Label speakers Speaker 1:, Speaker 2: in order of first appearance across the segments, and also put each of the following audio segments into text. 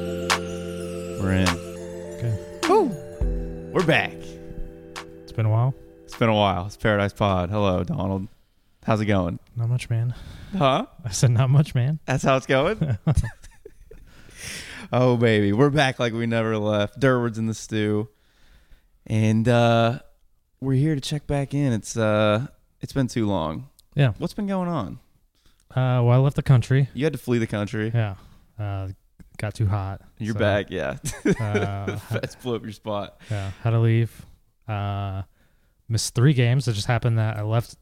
Speaker 1: We're in.
Speaker 2: Okay.
Speaker 1: We're back.
Speaker 2: It's been a while.
Speaker 1: It's been a while. It's Paradise Pod. Hello, Donald. How's it going?
Speaker 2: Not much, man.
Speaker 1: Huh?
Speaker 2: I said not much, man.
Speaker 1: That's how it's going? oh, baby. We're back like we never left. Durward's in the stew. And uh we're here to check back in. It's uh it's been too long.
Speaker 2: Yeah.
Speaker 1: What's been going on?
Speaker 2: Uh, well, I left the country.
Speaker 1: You had to flee the country.
Speaker 2: Yeah. Uh, got too hot.
Speaker 1: You're
Speaker 2: so,
Speaker 1: back, yeah.
Speaker 2: uh, ha-
Speaker 1: Let's blew up your spot.
Speaker 2: yeah. Had to leave. Uh, missed three games. It just happened that I left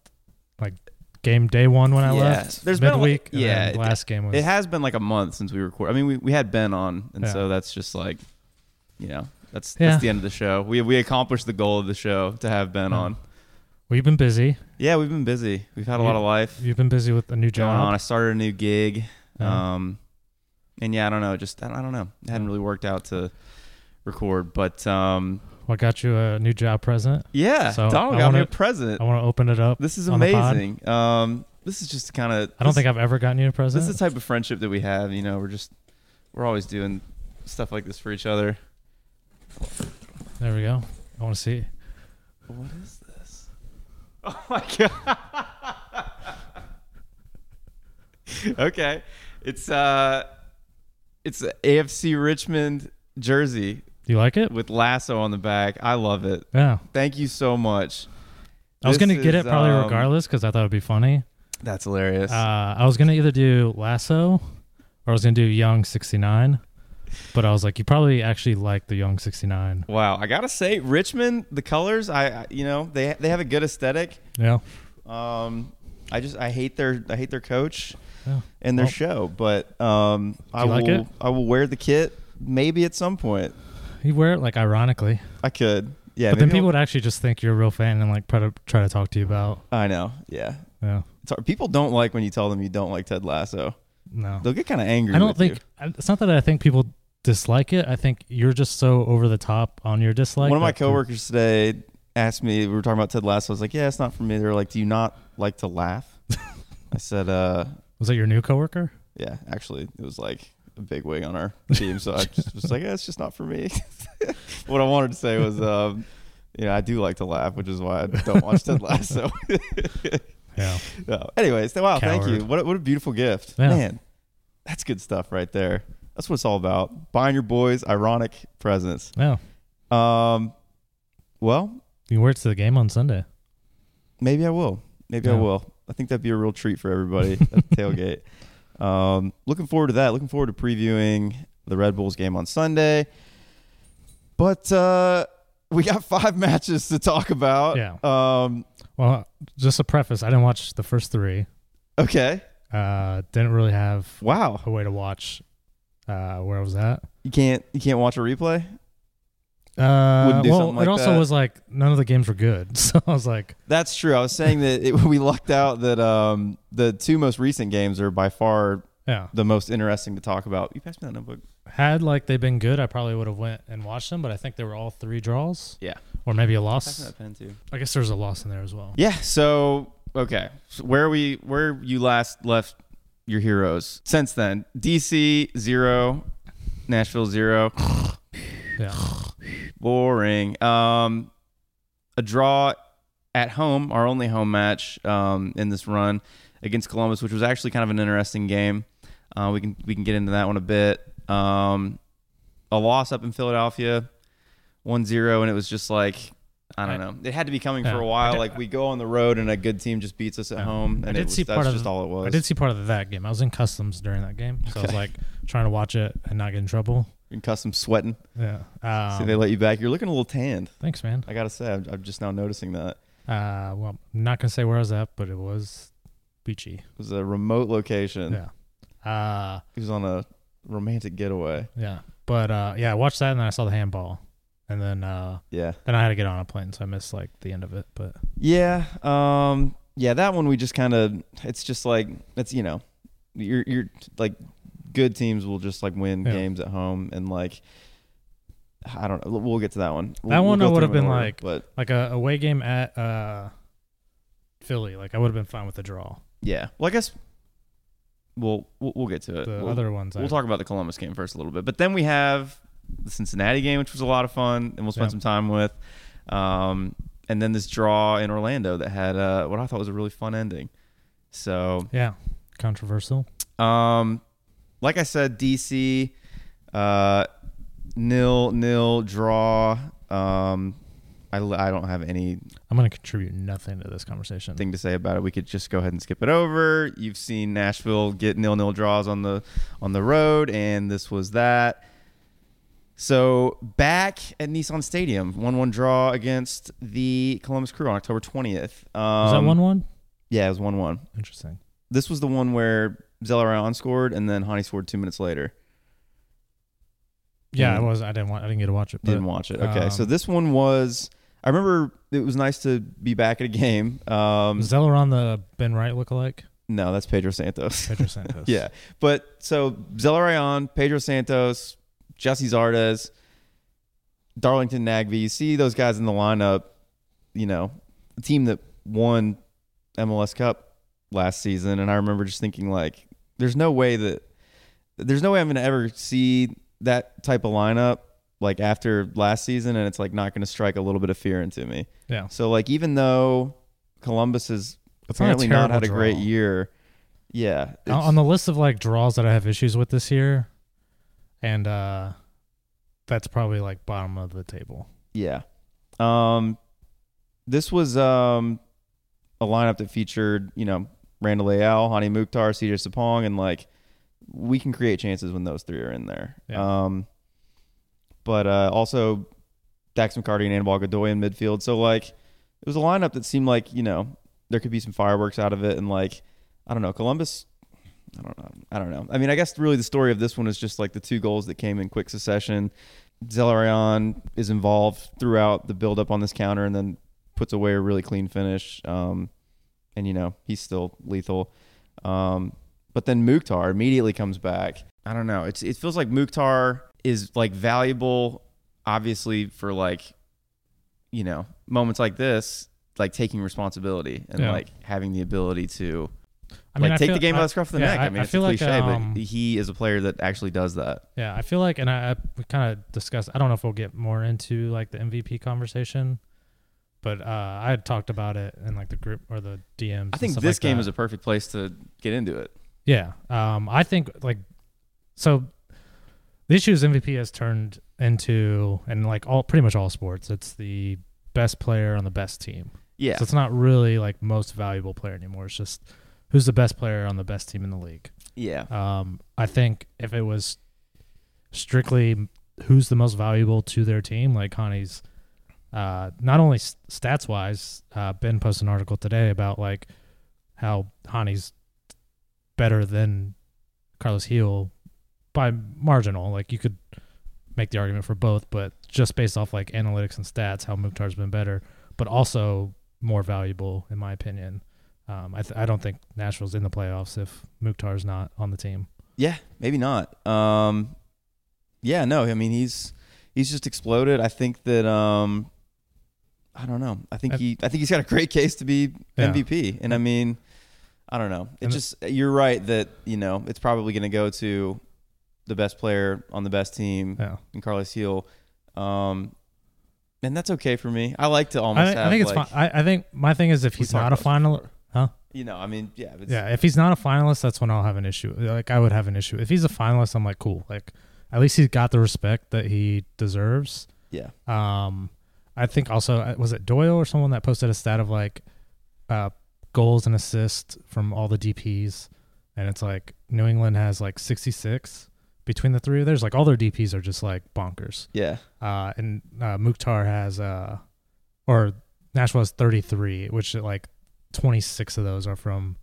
Speaker 2: like game day one when I
Speaker 1: Yeah.
Speaker 2: left.
Speaker 1: There's been a lot-
Speaker 2: midweek. and
Speaker 1: yeah,
Speaker 2: then
Speaker 1: it-
Speaker 2: Last game was.
Speaker 1: It has been like a month since we recorded. I mean, we, we had Ben on, and
Speaker 2: Yeah.
Speaker 1: so that's just like, you know, that's
Speaker 2: Yeah.
Speaker 1: that's the end of the show. We we accomplished the goal of the show to have Ben
Speaker 2: Yeah.
Speaker 1: on.
Speaker 2: We've been busy.
Speaker 1: Yeah, we've been busy. We've had a
Speaker 2: You-
Speaker 1: lot of life
Speaker 2: You've been busy with a new
Speaker 1: going on.
Speaker 2: job.
Speaker 1: I started a new gig,
Speaker 2: Yeah.
Speaker 1: um, and yeah, I don't know. Just I don't know. It hadn't really worked out to record, but um,
Speaker 2: What got you a new job present?
Speaker 1: yeah,
Speaker 2: So,
Speaker 1: Donald
Speaker 2: I
Speaker 1: got me
Speaker 2: wanna-
Speaker 1: a present.
Speaker 2: I want to open it up.
Speaker 1: This is
Speaker 2: on the pod.
Speaker 1: amazing. Um, this is just kind of.
Speaker 2: I don't think I've ever gotten you a present.
Speaker 1: this is the type of friendship that we have. You know, we're just we're always doing stuff like this for each other.
Speaker 2: there we go. I want to see.
Speaker 1: What is this? Oh my god. okay. It's uh it's a AFC Richmond jersey
Speaker 2: Do you like it?
Speaker 1: with lasso on the back. I love it.
Speaker 2: Yeah.
Speaker 1: Thank you so much.
Speaker 2: I was
Speaker 1: This
Speaker 2: gonna get
Speaker 1: is,
Speaker 2: it probably
Speaker 1: um,
Speaker 2: regardless because I thought it'd be funny.
Speaker 1: That's hilarious.
Speaker 2: Uh, I was gonna either do Lasso or I was gonna do Young sixty nine, but I was like, you probably actually like the Young sixty nine.
Speaker 1: wow, I got to say Richmond, the colors, I I- you know, they they have a good aesthetic.
Speaker 2: Yeah.
Speaker 1: Um I just I hate their I hate their coach.
Speaker 2: yeah.
Speaker 1: and their
Speaker 2: Well,
Speaker 1: show. But um, I
Speaker 2: Oh. you
Speaker 1: will
Speaker 2: like it?
Speaker 1: I will wear the kit maybe at some point.
Speaker 2: You wear it like ironically,
Speaker 1: I could. Yeah,
Speaker 2: but then
Speaker 1: maybe
Speaker 2: people
Speaker 1: I'll-
Speaker 2: would actually just think you're a real fan and like try to try to talk to you about.
Speaker 1: I know. Yeah,
Speaker 2: Yeah.
Speaker 1: it's hard. people don't like when you tell them you don't like Ted Lasso.
Speaker 2: No.
Speaker 1: They'll get kind of angry.
Speaker 2: I don't
Speaker 1: with
Speaker 2: think
Speaker 1: you.
Speaker 2: I- it's not that I think people dislike it. I think you're just so over the top on your dislike.
Speaker 1: one of my
Speaker 2: that you-
Speaker 1: coworkers today asked me. We were talking about Ted Lasso. I was like, "Yeah, it's not for me." They're like, "Do you not like to laugh?" I said, "Uh,
Speaker 2: was that your new coworker.
Speaker 1: yeah." Actually, it was like a big wig on our team, so I just was like, yeah, "It's just not for me." what I wanted to say was, um, you know, I do like to laugh, which is why I don't watch Ted Lasso.
Speaker 2: Yeah.
Speaker 1: No. Oh, Anyways, th- wow, thank you.
Speaker 2: Coward.
Speaker 1: What a, what a beautiful gift.
Speaker 2: Yeah.
Speaker 1: Man, that's good stuff right there. That's what it's all about. Buying your boys ironic presents.
Speaker 2: Yeah.
Speaker 1: Um, well,
Speaker 2: You wear it to the game on Sunday.
Speaker 1: maybe I will. Maybe I
Speaker 2: Yeah.
Speaker 1: will. I think that'd be a real treat for everybody at the tailgate. Um, looking forward to that. Looking forward to previewing the Red Bulls game on Sunday. But uh, we got five matches to talk about.
Speaker 2: Yeah.
Speaker 1: Um,
Speaker 2: Well, just a preface. I didn't watch the first three.
Speaker 1: okay.
Speaker 2: Uh, didn't really have
Speaker 1: Wow.
Speaker 2: a way to watch uh, where I was at.
Speaker 1: You can't you can't watch a replay?
Speaker 2: Uh,
Speaker 1: Wouldn't do
Speaker 2: well,
Speaker 1: something like
Speaker 2: it also
Speaker 1: that.
Speaker 2: was like none of the games were good, so I was like,
Speaker 1: That's true. I was saying that it, we lucked out that um, the two most recent games are by far
Speaker 2: yeah.
Speaker 1: the most interesting to talk about. You passed me that notebook.
Speaker 2: Had like they been good, I probably would have went and watched them. But I think they were all three draws.
Speaker 1: Yeah.
Speaker 2: or maybe a
Speaker 1: Pass me
Speaker 2: loss.
Speaker 1: that pen too.
Speaker 2: I guess there was a loss in there as well.
Speaker 1: Yeah. So okay, So where we where you last left your heroes since then? DC zero, Nashville zero.
Speaker 2: Yeah,
Speaker 1: Boring. Um, a draw at home, our only home match um, in this run against Columbus, which was actually kind of an interesting game. Uh, we can we can get into that one a bit. Um, a loss up in Philadelphia, 1-0, and it was just like I don't know. It had to be coming for
Speaker 2: Yeah.
Speaker 1: a while.
Speaker 2: I did-
Speaker 1: Like we go on the road and a good team just beats us at
Speaker 2: Yeah.
Speaker 1: home,
Speaker 2: I
Speaker 1: and
Speaker 2: did
Speaker 1: it was,
Speaker 2: see
Speaker 1: that's
Speaker 2: part of-
Speaker 1: just all it was.
Speaker 2: I did see part of that game. I was in customs during that game, so I was
Speaker 1: Okay.
Speaker 2: like trying to watch it and not get in trouble.
Speaker 1: And custom sweating.
Speaker 2: Yeah. Um,
Speaker 1: see, they let you back. You're looking a little tanned.
Speaker 2: thanks, man.
Speaker 1: I gotta say, I'm, I'm just now noticing that.
Speaker 2: Uh, well, I'm not gonna say where I was at, but it was beachy.
Speaker 1: It was a remote location.
Speaker 2: Yeah. Uh,
Speaker 1: He was on a romantic getaway.
Speaker 2: yeah. But uh, yeah, I watched that and then I saw the handball, and then uh,
Speaker 1: Yeah.
Speaker 2: then I had to get on a plane, so I missed like the end of it. But
Speaker 1: Yeah. Um yeah, that one we just kind of it's just like it's you know, you're you're like good teams will just like win
Speaker 2: Yeah.
Speaker 1: games at home and like I don't know. We'll get to that one. We'll-
Speaker 2: That one
Speaker 1: we'll go
Speaker 2: I would've
Speaker 1: through 'em in
Speaker 2: been
Speaker 1: order,
Speaker 2: like-
Speaker 1: but
Speaker 2: Like a away game at uh, Philly, like I would have been fine with the draw.
Speaker 1: yeah. Well, I guess we'll we'll, we'll get to it.
Speaker 2: The
Speaker 1: Uh, We'll-
Speaker 2: other ones, I,
Speaker 1: We'll talk about the Columbus game first a little bit, but then we have the Cincinnati game, which was a lot of fun, and we'll spend
Speaker 2: Yeah.
Speaker 1: some time with. Um, and then this draw in Orlando that had uh, what I thought was a really fun ending. So,
Speaker 2: Yeah, controversial.
Speaker 1: um, like I said, DC uh, nil nil draw. Um, I, I don't have anything
Speaker 2: I'm gonna contribute nothing to this conversation.
Speaker 1: to say about it. We could just go ahead and skip it over. You've seen Nashville get nil nil draws on the on the road, and this was that. So back at Nissan Stadium, one-one draw against the Columbus Crew on October twentieth. Um,
Speaker 2: Was that one one?
Speaker 1: Yeah, it was one-one.
Speaker 2: Interesting.
Speaker 1: This was the one where Zellerion scored, and then Hani scored two minutes later.
Speaker 2: Yeah,
Speaker 1: Yeah.
Speaker 2: I was. I didn't want. I didn't get to watch it. But
Speaker 1: Didn't watch it. Okay, so
Speaker 2: um,
Speaker 1: this one was. I remember it was nice to be back at a game. Um,
Speaker 2: was Zeller on the Ben Wright lookalike?
Speaker 1: no, that's Pedro Santos.
Speaker 2: Pedro Santos.
Speaker 1: Yeah. But so Zelarayan, Pedro Santos, Jesse Zardes, Darlington Nagby, you see those guys in the lineup, you know, the team that won MLS Cup last season. And I remember just thinking, like, there's no way that, there's no way I'm going to ever see that type of lineup like after last season. And it's like not going to strike a little bit of fear into me.
Speaker 2: Yeah.
Speaker 1: So, like, even though Columbus has
Speaker 2: It's not a
Speaker 1: apparently not,
Speaker 2: terrible
Speaker 1: had a great
Speaker 2: draw.
Speaker 1: year. Yeah.
Speaker 2: On-
Speaker 1: it's-
Speaker 2: on the list of like draws that I have issues with this year, and uh that's probably like bottom of the table.
Speaker 1: Yeah. Um, this was um, a lineup that featured, you know, Randall Leal, Hani Mukhtar, Cedar Sapong, and like we can create chances when those three are in there.
Speaker 2: Yeah.
Speaker 1: Um, but uh, also Dax McCarty and Anibal Godoy in midfield. So like it was a lineup that seemed like, you know, there could be some fireworks out of it and like I don't know, Columbus I don't know. I don't know. I mean, I guess really the story of this one is just like the two goals that came in quick succession. Zelarion is involved throughout the buildup on this counter and then puts away a really clean finish. Um, and, you know, he's still lethal. Um, but then Mukhtar immediately comes back. I don't know. It's It feels like Mukhtar is like valuable, obviously, for like, you know, moments like this, like taking responsibility and
Speaker 2: Yeah.
Speaker 1: like having the ability to
Speaker 2: I mean,
Speaker 1: like
Speaker 2: I
Speaker 1: take
Speaker 2: feel-
Speaker 1: the game
Speaker 2: I-
Speaker 1: by the scruff of the
Speaker 2: yeah,
Speaker 1: neck. I, mean, it's a
Speaker 2: like,
Speaker 1: cliche,
Speaker 2: um,
Speaker 1: but he is a player that actually does that.
Speaker 2: yeah, I feel like, and I, I we kind of discussed. I don't know if we'll get more into like the MVP conversation, but uh I had talked about it in like the group or the DMs.
Speaker 1: I think this game is a perfect place to get into it.
Speaker 2: Yeah. Um, I think like so the issue is MVP has turned into and like all pretty much all sports, it's the best player on the best team.
Speaker 1: Yeah,
Speaker 2: So it's not really like most valuable player anymore. It's just who's the best player on the best team in the league.
Speaker 1: yeah,
Speaker 2: Um, I think if it was strictly who's the most valuable to their team, like Connie's, uh, not only stats wise, uh, Ben posted an article today about like how Hani's better than Carlos Heel by marginal. Like you could make the argument for both, but just based off like analytics and stats, how Mukhtar's been better, but also more valuable in my opinion. Um, I, th- I don't think Nashville's in the playoffs if Mukhtar's not on the team.
Speaker 1: yeah. Maybe not. Um, yeah, no. I mean, he's he's just exploded. I think that um, I don't know. I think
Speaker 2: I-
Speaker 1: he I think he's got a great case to be
Speaker 2: Yeah.
Speaker 1: MVP. And I mean, I don't know. It
Speaker 2: And-
Speaker 1: just you're right that you know it's probably going to go to the best player on the best team
Speaker 2: Yeah.
Speaker 1: and Carlos Heel. Um, and that's okay for me. I like to almost.
Speaker 2: I, thi- I
Speaker 1: have,
Speaker 2: think it's
Speaker 1: like,
Speaker 2: fine. I, I think my thing is if
Speaker 1: We've
Speaker 2: he's
Speaker 1: talked
Speaker 2: not a
Speaker 1: about this
Speaker 2: final,
Speaker 1: before.
Speaker 2: huh?
Speaker 1: You know, I mean, yeah, it's,
Speaker 2: Yeah, if he's not a finalist, that's when I'll have an issue. Like I would have an issue. If he's a finalist, I'm like cool. Like at least he's got the respect that he deserves.
Speaker 1: yeah,
Speaker 2: Um, I think also uh, was it Doyle or someone that posted a stat of like uh, goals and assists from all the DPS, and it's like New England has like 66 between the three. There's like all their DPS are just like bonkers.
Speaker 1: yeah,
Speaker 2: uh, and uh, Mukhtar has uh, or Nashville has 33, which like 26 of those are from.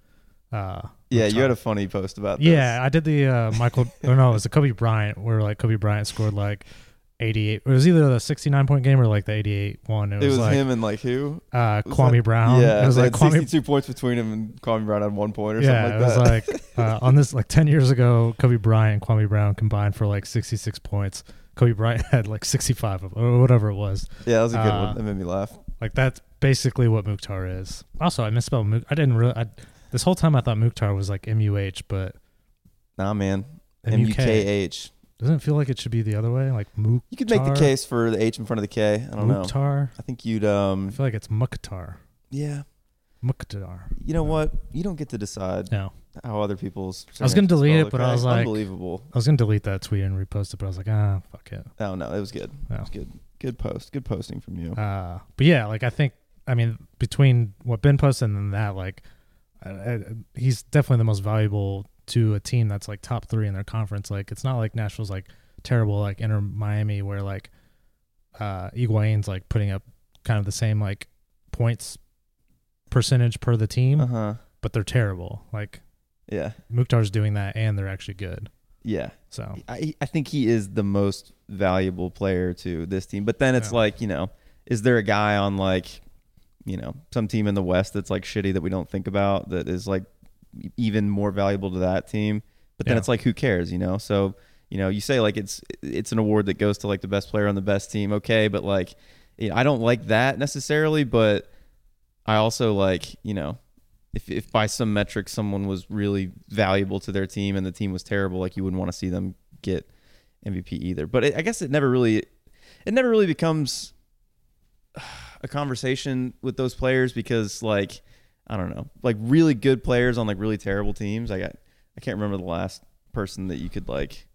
Speaker 2: Uh,
Speaker 1: yeah. You
Speaker 2: Mukhtar.
Speaker 1: had a funny post about this.
Speaker 2: yeah, I did the uh, Michael. or no, it was the Kobe Bryant where like Kobe Bryant scored like 88. It was either the 69 point game or like the 88 one. It,
Speaker 1: It was
Speaker 2: like
Speaker 1: him and like who?
Speaker 2: uh,
Speaker 1: was
Speaker 2: Kwame
Speaker 1: that-
Speaker 2: Brown.
Speaker 1: yeah,
Speaker 2: it was
Speaker 1: they
Speaker 2: like
Speaker 1: had
Speaker 2: Kwame.
Speaker 1: 62 points between him and Kwame Brown on one point or
Speaker 2: Yeah,
Speaker 1: something like that.
Speaker 2: it was like uh, on this like 10 years ago, Kobe Bryant and Kwame Brown combined for like 66 points. Kobe Bryant had like 65 of or whatever it was.
Speaker 1: yeah, that was a good
Speaker 2: uh,
Speaker 1: one. That made me laugh.
Speaker 2: Like that's basically what Mukhtar is. Also, I misspelled Mukhtar. I didn't really. I, this whole time I thought Mukhtar was like M U H, but
Speaker 1: Nah, man.
Speaker 2: M U K
Speaker 1: M-U-K-H.
Speaker 2: doesn't it feel like it should be the other way. Like Muk.
Speaker 1: You could make the
Speaker 2: Tar.
Speaker 1: case for the H in front of the K. I don't know.
Speaker 2: Mukhtar.
Speaker 1: I think you'd
Speaker 2: I
Speaker 1: um
Speaker 2: feel like it's Mukhtar.
Speaker 1: yeah.
Speaker 2: Mukhtar.
Speaker 1: You know what? You don't get to decide
Speaker 2: No,
Speaker 1: how other people's
Speaker 2: I was gonna
Speaker 1: surnames are
Speaker 2: delete it,
Speaker 1: spelled,
Speaker 2: but I
Speaker 1: okay?
Speaker 2: was like-
Speaker 1: unbelievable.
Speaker 2: I was gonna delete that tweet and repost it, but I was like, ah, fuck it.
Speaker 1: Oh no, it was good.
Speaker 2: Yeah.
Speaker 1: It was good. Good post. Good posting from you.
Speaker 2: Uh, but yeah, like I think, I mean, between what Ben posted and that, like, I, I, he's definitely the most valuable to a team that's like top three in their conference. Like, it's not like Nashville's like terrible, like inner Miami, where like uh, Iguain's like putting up kind of the same like points percentage per the team,
Speaker 1: Uh huh.
Speaker 2: but they're terrible. Like
Speaker 1: Yeah.
Speaker 2: Mukhtar's doing that, and they're actually good.
Speaker 1: Yeah.
Speaker 2: So
Speaker 1: I, I think he is the most valuable player to this team. But then it's
Speaker 2: Yeah.
Speaker 1: like, you know, is there a guy on like, you know, some team in the West that's like shitty that we don't think about that is like even more valuable to that team? But then
Speaker 2: Yeah.
Speaker 1: it's like, who cares, you know? So, you know, you say like it's it's an award that goes to like the best player on the best team, okay? But like, you know, I don't like that necessarily, but I also like, you know, if, if by some metric someone was really valuable to their team and the team was terrible, like you wouldn't want to see them get MVP either. But it, I guess it never really, it never really becomes a conversation with those players because like I don't know, like really good players on like really terrible teams. I got, I can't remember the last person that you could like.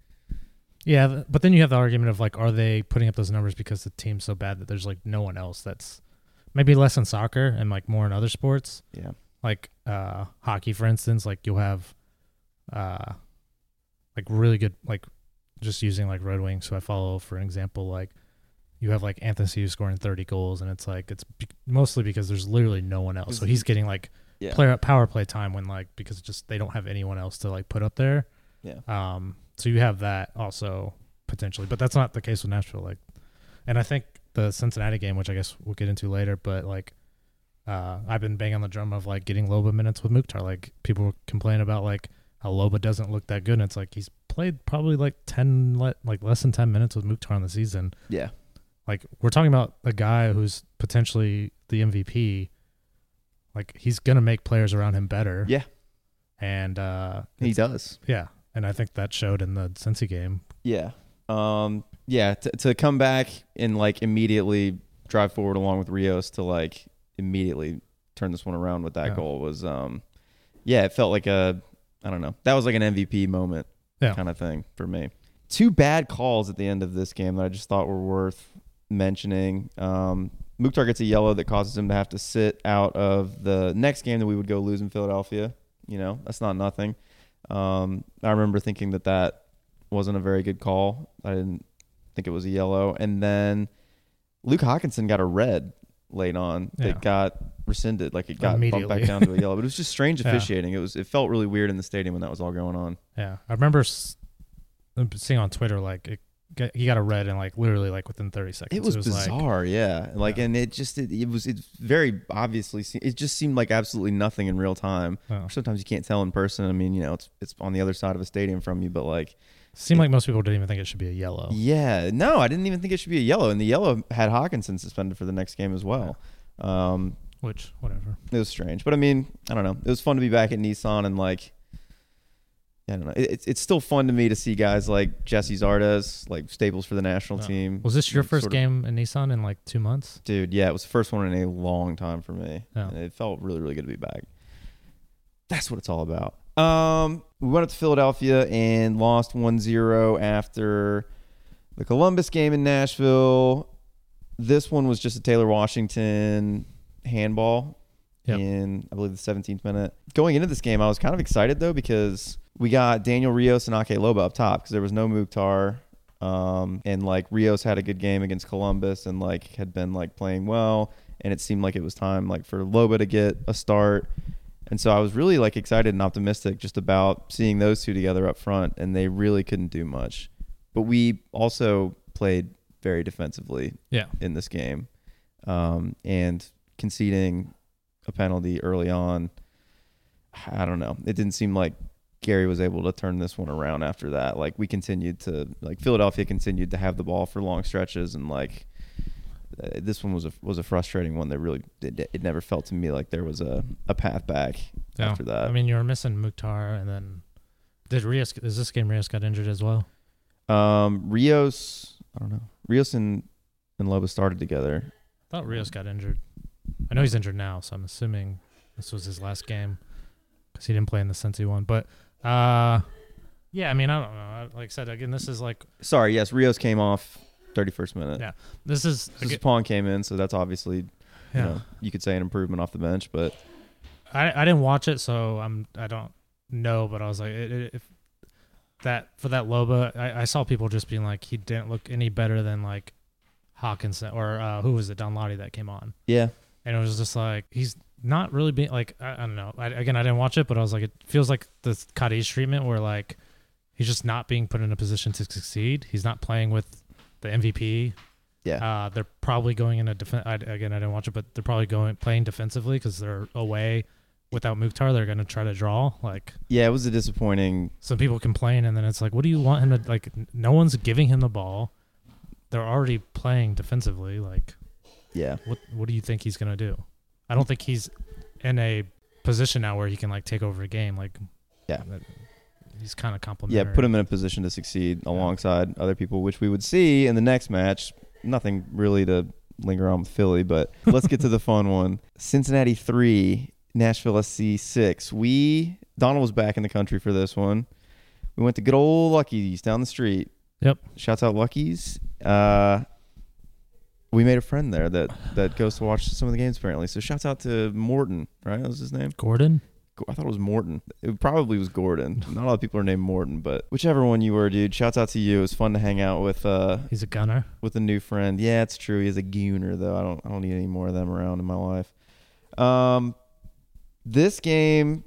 Speaker 2: Yeah, th- but then you have the argument of like, are they putting up those numbers because the team's so bad that there's like no one else that's maybe less in soccer and like more in other sports,
Speaker 1: Yeah,
Speaker 2: like uh, hockey, for instance. Like you'll have uh, like really good, like just using like Red Wings, who I follow for an example, like you have like Anthony Siu scoring 30 goals, and it's like it's be- mostly because there's literally no one else. So he's getting like
Speaker 1: Mm-hmm. Yeah.
Speaker 2: player power play time when like because just they don't have anyone else to like put up there.
Speaker 1: Yeah.
Speaker 2: Um. So you have that also potentially, but that's not the case with Nashville. Like, and I think the Cincinnati game, which I guess we'll get into later, but like. Uh, I've been banging on the drum of like getting Loba minutes with Mukhtar. Like people complain about like how Loba doesn't look that good, and it's like he's played probably like ten le- like less than ten minutes with Mukhtar in the season
Speaker 1: yeah,
Speaker 2: like we're talking about a guy who's potentially the MVP. Like he's gonna make players around him better.
Speaker 1: Yeah.
Speaker 2: And uh
Speaker 1: he
Speaker 2: it's-
Speaker 1: does.
Speaker 2: yeah. And I think that showed in the Cincy game.
Speaker 1: Yeah, um, yeah. To, to come back and like immediately drive forward along with Rios to like immediately turn this one around with that
Speaker 2: Yeah.
Speaker 1: goal was, um, yeah, it felt like a, I don't know, that was like an MVP moment,
Speaker 2: Yeah.
Speaker 1: kind of thing for me. Two bad calls at the end of this game that I just thought were worth mentioning. Um, Mukhtar gets a yellow that causes him to have to sit out of the next game that we would go lose in Philadelphia. You know, that's not nothing. Um, I remember thinking that that wasn't a very good call. I didn't think it was a yellow. And then Luke Hawkinson got a red late on
Speaker 2: Yeah.
Speaker 1: that got rescinded. Like it got bumped back
Speaker 2: Immediately.
Speaker 1: down to a yellow. But it was just strange
Speaker 2: Yeah.
Speaker 1: officiating. It was it felt really weird in the stadium when that was all going on.
Speaker 2: Yeah. I remember s- seeing on Twitter like it got, he got a red and like literally like within 30 seconds.
Speaker 1: It was,
Speaker 2: like-
Speaker 1: bizarre, yeah. And, Like,
Speaker 2: Yeah.
Speaker 1: and it just it, it was it very obviously se- it just seemed like absolutely nothing in real time.
Speaker 2: oh.
Speaker 1: Sometimes you can't tell in person. I mean, you know, it's it's on the other side of a stadium from you, but like,
Speaker 2: Seemed like most people didn't even think it should be a yellow.
Speaker 1: yeah, no, I didn't even think it should be a yellow, and the yellow had Hawkinson suspended for the next game as well. Um,
Speaker 2: Which whatever.
Speaker 1: it was strange, but I mean, I don't know. It was fun to be back at Nissan and like, I don't know. It, it's it's still fun to me to see guys like Jesse Zardes, like staples for the national
Speaker 2: Yeah.
Speaker 1: team.
Speaker 2: Was this your first
Speaker 1: Sort of-
Speaker 2: game in Nissan in like two months?
Speaker 1: Dude, yeah, it was the first one in a long time for me.
Speaker 2: Yeah.
Speaker 1: And it felt really, really good to be back. That's what it's all about. Um, we went up to Philadelphia and lost 1-0 after the Columbus game in Nashville. This one was just a Taylor Washington handball
Speaker 2: Yep.
Speaker 1: in, I believe, the 17th minute. Going into this game, I was kind of excited, though, because we got Daniel Rios and Ake Loba up top because there was no Mukhtar. Um, and like Rios had a good game against Columbus and like had been like playing well. And it seemed like it was time like for Loba to get a start. And so I was really like excited and optimistic just about seeing those two together up front. And they really couldn't do much. But we also played very defensively
Speaker 2: Yeah.
Speaker 1: in this game. Um, and conceding a penalty early on, I don't know. It didn't seem like Gary was able to turn this one around after that. Like we continued to like Philadelphia continued to have the ball for long stretches and like uh, this one was a was a frustrating one that really it, it never felt to me like there was a, a path back
Speaker 2: Yeah.
Speaker 1: after that.
Speaker 2: I mean, you were missing Mukhtar, and then did Rios? Is this game Rios got injured as well?
Speaker 1: Um, Rios, I don't know. Rios and and Loba started together.
Speaker 2: I thought Rios got injured. I know he's injured now, so I'm assuming this was his last game because he didn't play in the Cincy one. But uh, yeah, I mean, I don't know. I- Like I said, again, this is like
Speaker 1: Sorry, yes, Rios came off 31st minute.
Speaker 2: Yeah. this is
Speaker 1: So Sapong came in, so that's obviously
Speaker 2: yeah.
Speaker 1: you know you could say an improvement off the bench, but
Speaker 2: I I didn't watch it, so I'm I don't know, but I was like, it, it, if that for that Loba, I, I saw people just being like, he didn't look any better than like Hawkinson or uh, who was it, Don Lottie that came on,
Speaker 1: yeah,
Speaker 2: and it was just like he's not really being like I, I don't know. I, again, I didn't watch it, but I was like, it feels like the Cadiz treatment where like he's just not being put in a position to succeed. He's not playing with the MVP.
Speaker 1: yeah,
Speaker 2: Uh, they're probably going in a defense. Again, I didn't watch it, but they're probably going playing defensively because they're away without Mukhtar. They're going to try to draw. Like
Speaker 1: yeah. It was a disappointing.
Speaker 2: some people complain, and then it's like, what do you want him to like? n- No one's giving him the ball. They're already playing defensively. Like
Speaker 1: Yeah,
Speaker 2: what? What do you think he's going to do? I don't think he's in a position now where he can like take over a game. Like
Speaker 1: Yeah.
Speaker 2: that- he's kind of
Speaker 1: yeah.
Speaker 2: complimentary.
Speaker 1: Put him in a position to succeed alongside other people, which we would see in the next match. Nothing really to linger on with Philly, but let's get to the fun one. Cincinnati three, Nashville SC six. We Donald was back in the country for this one. We went to good old Lucky's down the street.
Speaker 2: Yep.
Speaker 1: Shouts out Lucky's. Uh, we made a friend there that that goes to watch some of the games apparently. So shouts out to Morton, right? That was his name.
Speaker 2: Gordon.
Speaker 1: Go- I thought it was Morton. It probably was Gordon. Not a lot of people are named Morton, but whichever one you were, dude. Shouts out to you. It was fun to hang out with uh
Speaker 2: He's a gunner.
Speaker 1: with a new friend. Yeah, it's true. He is a gooner though. I don't I don't need any more of them around in my life. Um, this game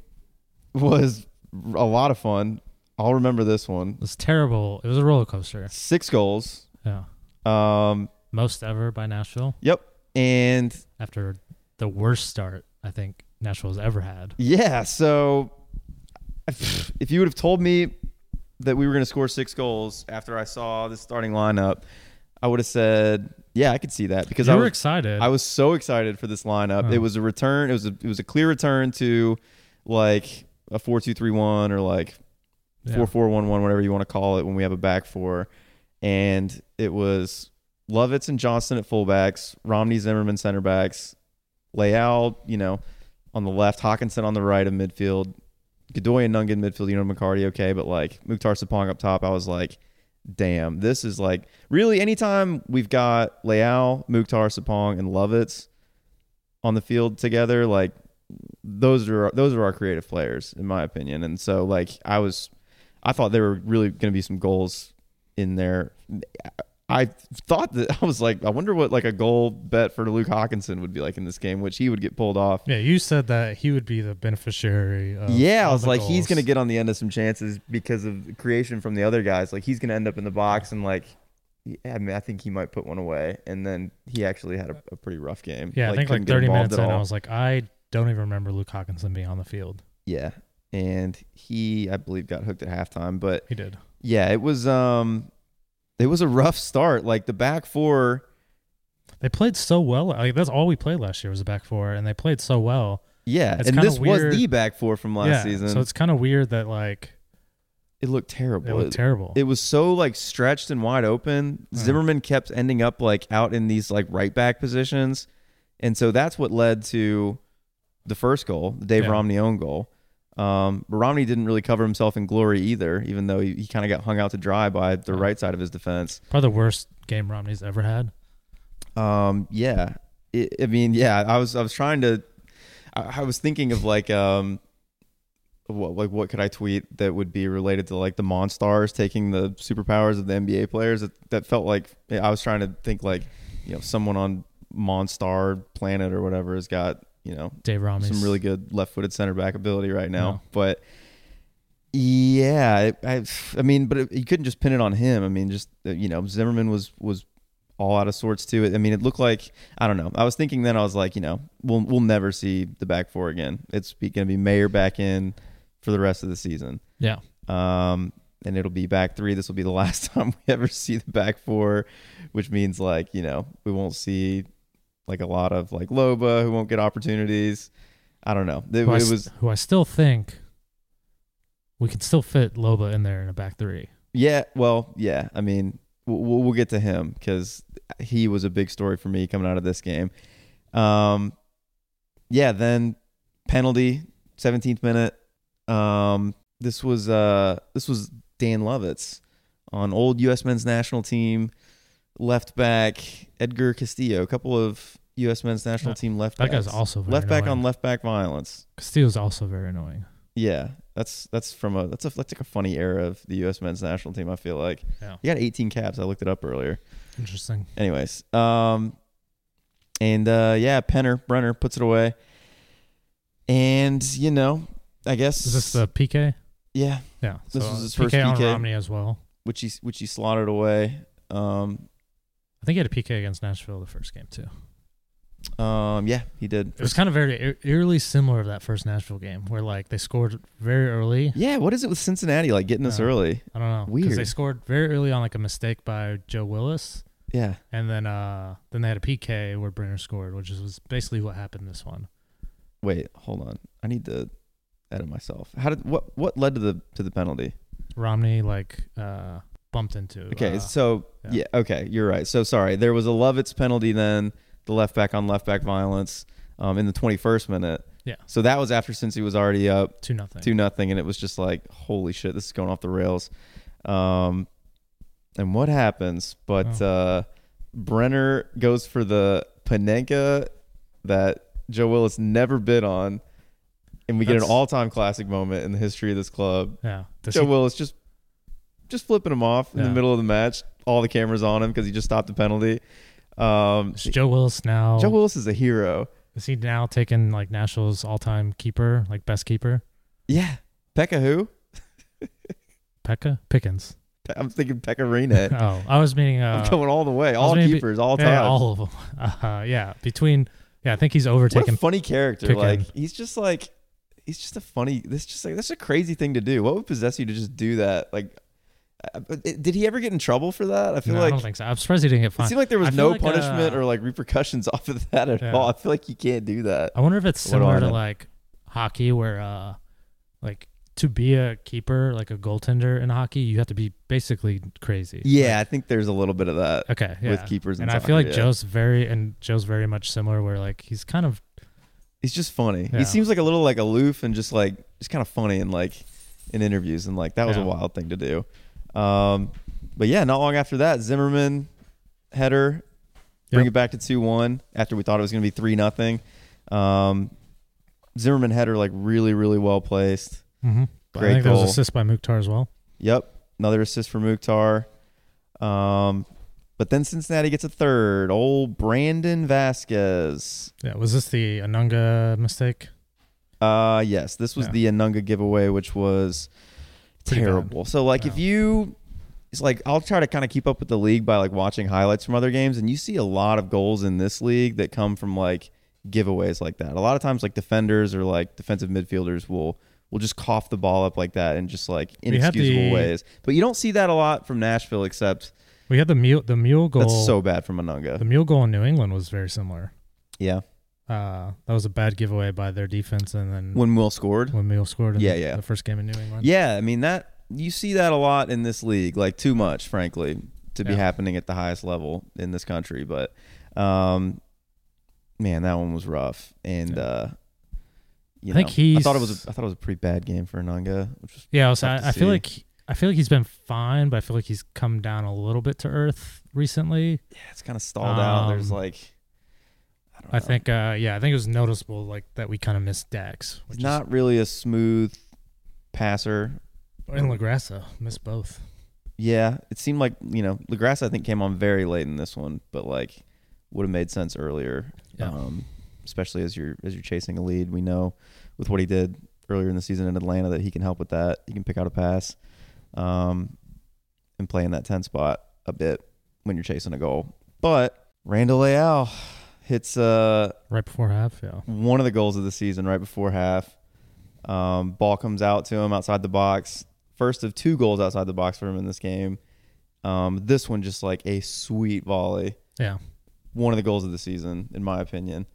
Speaker 1: was a lot of fun. I'll remember this one.
Speaker 2: It was terrible. It was a roller coaster.
Speaker 1: Six goals.
Speaker 2: Yeah.
Speaker 1: Um,
Speaker 2: Most ever by Nashville.
Speaker 1: yep. And
Speaker 2: after the worst start I think Nashville's ever had.
Speaker 1: Yeah. So if you would have told me that we were going to score six goals after I saw the starting lineup, I would have said, yeah, I could see that because
Speaker 2: you
Speaker 1: I
Speaker 2: were
Speaker 1: was,
Speaker 2: excited.
Speaker 1: I was so excited for this lineup.
Speaker 2: Oh.
Speaker 1: It was a return. It was a, it was a clear return to like a four two three one or like
Speaker 2: Yeah.
Speaker 1: four four one one, whatever you want to call it, when we have a back four. And it was Lovitz and Johnson at fullbacks, Romney Zimmerman center backs, Leal, you know, on the left, Hawkinson on the right of midfield, Godoy and Nungan midfield, you know, McCarty, okay, but like Mukhtar Sapong up top, I was like, damn, this is like really anytime we've got Leal, Mukhtar Sapong, and Lovitz on the field together, like those are those are our creative players, in my opinion. And so like I was I thought there were really going to be some goals in there. I thought that I was like, I wonder what like a goal bet for Luke Hawkinson would be like in this game, which he would get pulled off.
Speaker 2: yeah, you said that he would be the beneficiary. Of
Speaker 1: yeah, I
Speaker 2: Uh, all
Speaker 1: was
Speaker 2: the
Speaker 1: like, he's
Speaker 2: goals.
Speaker 1: going to get on the end of some chances because of the creation from the other guys. Like he's going to end up in the box and like, yeah, I mean, I think he might put one away. And then he actually had a, a pretty rough game.
Speaker 2: Yeah, I think
Speaker 1: couldn't
Speaker 2: like
Speaker 1: get
Speaker 2: 30
Speaker 1: involved
Speaker 2: minutes
Speaker 1: at
Speaker 2: in, I
Speaker 1: all.
Speaker 2: was like, I don't even remember Luke Hawkinson being on the field.
Speaker 1: yeah, and he, I believe, got hooked at halftime, but.
Speaker 2: He did.
Speaker 1: Yeah, it was um it was a rough start. Like the back four
Speaker 2: They played so well. Like that's all we played last year was a back four, and they played so well.
Speaker 1: yeah,
Speaker 2: It's
Speaker 1: and
Speaker 2: kinda
Speaker 1: this
Speaker 2: weird.
Speaker 1: was the back four from last
Speaker 2: yeah,
Speaker 1: season.
Speaker 2: so it's kind of weird that like
Speaker 1: it looked terrible.
Speaker 2: it looked
Speaker 1: It-
Speaker 2: terrible.
Speaker 1: it was so like stretched and wide open.
Speaker 2: Mm.
Speaker 1: Zimmerman kept ending up like out in these like right back positions. And so that's what led to the first goal, the Dave
Speaker 2: Yeah.
Speaker 1: Romney own goal. Um, but Romney didn't really cover himself in glory either, even though he, he kind of got hung out to dry by the
Speaker 2: Yeah.
Speaker 1: right side of his defense.
Speaker 2: Probably the worst game Romney's ever had.
Speaker 1: Um, yeah, it, I mean, yeah, I was, I was trying to, I, I was thinking of like, um, what, like, what could I tweet that would be related to like the Monstars taking the superpowers of the NBA players? That, that felt like I was trying to think like, you know, someone on Monstar Planet or whatever has got, you know,
Speaker 2: Dave Romney's
Speaker 1: some really good left-footed center back ability right now.
Speaker 2: No.
Speaker 1: But yeah, I, I, I mean, but it, you couldn't just pin it on him. I mean, just uh, you know, Zimmerman was was all out of sorts too. I mean, it looked like I don't know. I was thinking then I was like, you know, we'll we'll never see the back four again. It's going to be Mayer back in for the rest of the season.
Speaker 2: Yeah.
Speaker 1: Um, and it'll be back three. This will be the last time we ever see the back four, which means like you know we won't see like a lot of like Loba who won't get opportunities. I don't know. It,
Speaker 2: Who I,
Speaker 1: it
Speaker 2: s-
Speaker 1: was
Speaker 2: who I still think we could still fit Loba in there in a back three.
Speaker 1: yeah. Well, yeah. I mean, we'll, we'll we'll get to him because he was a big story for me coming out of this game. Um, yeah. Then penalty, seventeenth minute. Um, this was uh this was Dan Lovitz on old U.S. men's national team left back Edgar Castillo. A couple of U.S. men's national
Speaker 2: Yeah,
Speaker 1: team left
Speaker 2: That guy's
Speaker 1: backs.
Speaker 2: also very
Speaker 1: left back
Speaker 2: annoying.
Speaker 1: on left back violence.
Speaker 2: Castillo's also very annoying.
Speaker 1: Yeah, that's that's from a that's a that's like a funny era of the U.S. men's national team. I feel like
Speaker 2: Yeah.
Speaker 1: he got 18 caps. I looked it up earlier.
Speaker 2: Interesting.
Speaker 1: Anyways, um, and uh, yeah, Penner Brenner puts it away, and you know, I guess
Speaker 2: Is this the PK?
Speaker 1: yeah,
Speaker 2: Yeah.
Speaker 1: This
Speaker 2: so uh,
Speaker 1: was his first
Speaker 2: on
Speaker 1: PK.
Speaker 2: Romney as well.
Speaker 1: which he which he slotted away. Um,
Speaker 2: I think he had a PK against Nashville the first game too.
Speaker 1: um, yeah, he did.
Speaker 2: It was kind of very eer- eerily similar to that first Nashville game where like they scored very early.
Speaker 1: Yeah, what is it with Cincinnati like getting this
Speaker 2: Yeah.
Speaker 1: early?
Speaker 2: I don't know because they
Speaker 1: Weird.
Speaker 2: scored very early on like a mistake by Joe Willis,
Speaker 1: Yeah,
Speaker 2: and then uh then they had a PK where Brenner scored, which is was basically what happened this one.
Speaker 1: wait, hold on, I need to edit myself. How did what what led to the to the penalty?
Speaker 2: Romney like uh bumped into.
Speaker 1: Okay,
Speaker 2: uh,
Speaker 1: so
Speaker 2: yeah.
Speaker 1: yeah. okay, you're right. So sorry, there was a Lovitz penalty then, the left back on left back violence um, in the 21st minute.
Speaker 2: Yeah.
Speaker 1: So that was after since he was already up
Speaker 2: two nothing.
Speaker 1: two nothing, and it was just like holy shit, this is going off the rails. Um, and what happens? But
Speaker 2: Oh.
Speaker 1: uh, Brenner goes for the Panenka that Joe Willis never bid on, and we get
Speaker 2: That's-
Speaker 1: an all time classic moment in the history of this club.
Speaker 2: Yeah. Does
Speaker 1: Joe
Speaker 2: he-
Speaker 1: Willis just just flipping him off in
Speaker 2: Yeah.
Speaker 1: the middle of the match. All the cameras on him because he just stopped the penalty. Um,
Speaker 2: is Joe Willis now
Speaker 1: Joe Willis is a hero.
Speaker 2: is he now taking like Nashville's all time keeper, like best keeper?
Speaker 1: Yeah, Pekka who?
Speaker 2: Pekka? Pickens.
Speaker 1: Pe- I'm thinking Pekka Rinne.
Speaker 2: Oh. I was meating uh
Speaker 1: I'm going all the way, all
Speaker 2: maybe-
Speaker 1: keepers, all time.
Speaker 2: yeah, all of them. Uh, yeah. Between yeah, I think he's
Speaker 1: what a
Speaker 2: overtaken
Speaker 1: funny character!
Speaker 2: Pickin.
Speaker 1: Like he's just like he's just a funny. This just like that's a crazy thing to do. What would possess you to just do that? Like, uh, but it- did he ever get in trouble for that? I feel
Speaker 2: No, I
Speaker 1: like
Speaker 2: don't think so. I'm surprised he didn't get
Speaker 1: it
Speaker 2: fined.
Speaker 1: seemed like there
Speaker 2: I
Speaker 1: was
Speaker 2: feel
Speaker 1: no
Speaker 2: like,
Speaker 1: punishment
Speaker 2: uh,
Speaker 1: or like repercussions off of that at
Speaker 2: Yeah.
Speaker 1: all. I feel like you can't do that.
Speaker 2: I wonder if it's
Speaker 1: What
Speaker 2: similar
Speaker 1: are
Speaker 2: to
Speaker 1: they?
Speaker 2: like hockey, where uh, like to be a keeper, like a goaltender in hockey, you have to be basically crazy.
Speaker 1: Yeah, I think there's a little bit of that
Speaker 2: Like, okay. Yeah.
Speaker 1: with keepers.
Speaker 2: and
Speaker 1: And
Speaker 2: I feel like
Speaker 1: soccer, yeah.
Speaker 2: Joe's very and Joe's very much similar, where like he's kind of
Speaker 1: he's just funny.
Speaker 2: Yeah.
Speaker 1: He seems like a little like aloof and just like just kind of funny and like in interviews and like that was
Speaker 2: Yeah.
Speaker 1: a wild thing to do. Um, but yeah, not long after that, Zimmerman header, bring
Speaker 2: Yep.
Speaker 1: it back to two one after we thought it was going to be three nothing. Um, Zimmerman header like really really well placed.
Speaker 2: mm I
Speaker 1: Great
Speaker 2: think there was
Speaker 1: goal.
Speaker 2: assist by Mukhtar as well.
Speaker 1: Yep, another assist for Mukhtar. Um, but then Cincinnati gets a third. Old Brandon Vasquez.
Speaker 2: Yeah. Was this the Anunga mistake?
Speaker 1: Uh yes, this was
Speaker 2: Yeah.
Speaker 1: the Anunga giveaway, which was
Speaker 2: Pretty bad.
Speaker 1: terrible. So like if
Speaker 2: Yeah.
Speaker 1: you it's like I'll try to kind of keep up with the league by like watching highlights from other games and you see a lot of goals in this league that come from like giveaways like that. A lot of times like defenders or like defensive midfielders will will just cough the ball up like that in just like
Speaker 2: We had
Speaker 1: inexcusable
Speaker 2: the-
Speaker 1: ways. But you don't see that a lot from Nashville except
Speaker 2: We had the mule the mule goal.
Speaker 1: that's so bad from Anunga.
Speaker 2: the mule goal in New England was very similar.
Speaker 1: Yeah.
Speaker 2: Uh, that was a bad giveaway by their defense, and then
Speaker 1: When Will scored.
Speaker 2: when Mule scored in
Speaker 1: Yeah,
Speaker 2: the,
Speaker 1: yeah.
Speaker 2: the first game in New England.
Speaker 1: Yeah, I mean that you see that a lot in this league, like too much, frankly, to be
Speaker 2: Yeah.
Speaker 1: happening at the highest level in this country. But um, man, that one was rough, and
Speaker 2: Yeah.
Speaker 1: uh, you
Speaker 2: I think
Speaker 1: know, I
Speaker 2: he's-
Speaker 1: thought it was a, I thought it was a pretty bad game for Ananga, which was
Speaker 2: Yeah, so I,
Speaker 1: Tough to
Speaker 2: I feel
Speaker 1: see.
Speaker 2: like he- I feel like he's been fine, but I feel like he's come down a little bit to earth recently.
Speaker 1: yeah, it's kind of stalled out. There's
Speaker 2: Um,
Speaker 1: like I don't know,
Speaker 2: I think, uh, yeah, I think it was noticeable like that we kind of missed Dax,
Speaker 1: he's
Speaker 2: which
Speaker 1: not really a smooth passer.
Speaker 2: is, and Lagrassa missed both.
Speaker 1: Yeah, it seemed like you know Lagrasse I think came on very late in this one, but like would have made sense earlier.
Speaker 2: Yeah.
Speaker 1: um, especially as you're as you're chasing a lead. We know with what he did earlier in the season in Atlanta that he can help with that. He can pick out a pass, um, and play in that ten spot a bit when you're chasing a goal. But Randall Leal hits uh,
Speaker 2: right before half. Yeah,
Speaker 1: one of the goals of the season right before half. Um, ball comes out to him outside the box. First of two goals outside the box for him in this game. Um, this one just like a sweet volley.
Speaker 2: yeah,
Speaker 1: One of the goals of the season, in my opinion.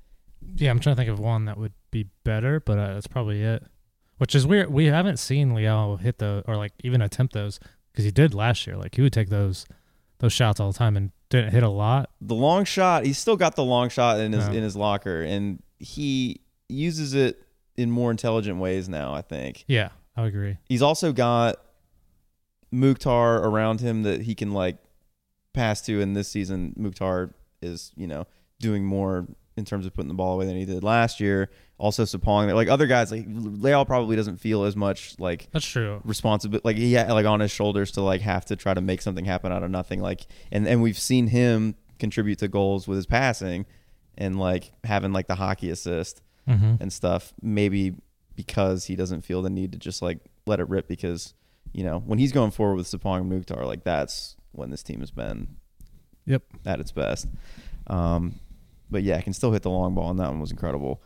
Speaker 2: yeah. I'm trying to think of one that would be better, but uh, that's probably it. Which is weird. We haven't seen Liao hit the or like even attempt those because he did last year. Like he would take those those shots all the time and didn't hit a lot.
Speaker 1: The long shot. He's still got the long shot in his
Speaker 2: Yeah.
Speaker 1: in his locker, and he uses it in more intelligent ways now. I think.
Speaker 2: Yeah, I would agree.
Speaker 1: He's also got Mukhtar around him that he can like pass to. And this season, Mukhtar is you know doing more in terms of putting the ball away than he did last year. Also, Sapong, like other guys, like Leal probably doesn't feel as much like
Speaker 2: That's true.
Speaker 1: responsibility, like he had like on his shoulders to like have to try to make something happen out of nothing. Like, and and we've seen him contribute to goals with his passing and like having like the hockey assist
Speaker 2: hmm
Speaker 1: and stuff. Maybe because he doesn't feel the need to just like let it rip because you know when he's going forward with Sapong and Mukhtar, like that's when this team has been
Speaker 2: Yep.
Speaker 1: at its best. Um, but yeah, can still hit the long ball, and that one was incredible.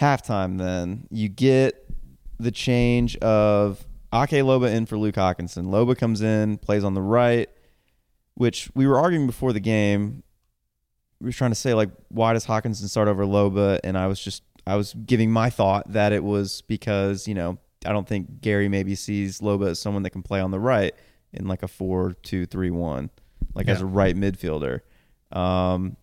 Speaker 1: Halftime, then you get the change of Ake Loba in for Luke Hawkinson. Loba comes in, plays on the right, which we were arguing before the game. We were trying to say like, why does Hawkinson start over Loba? And I was just, I was giving my thought that it was because you know I don't think Gary maybe sees Loba as someone that can play on the right in like a four two three one, like as a
Speaker 2: Yeah.
Speaker 1: right midfielder. Um,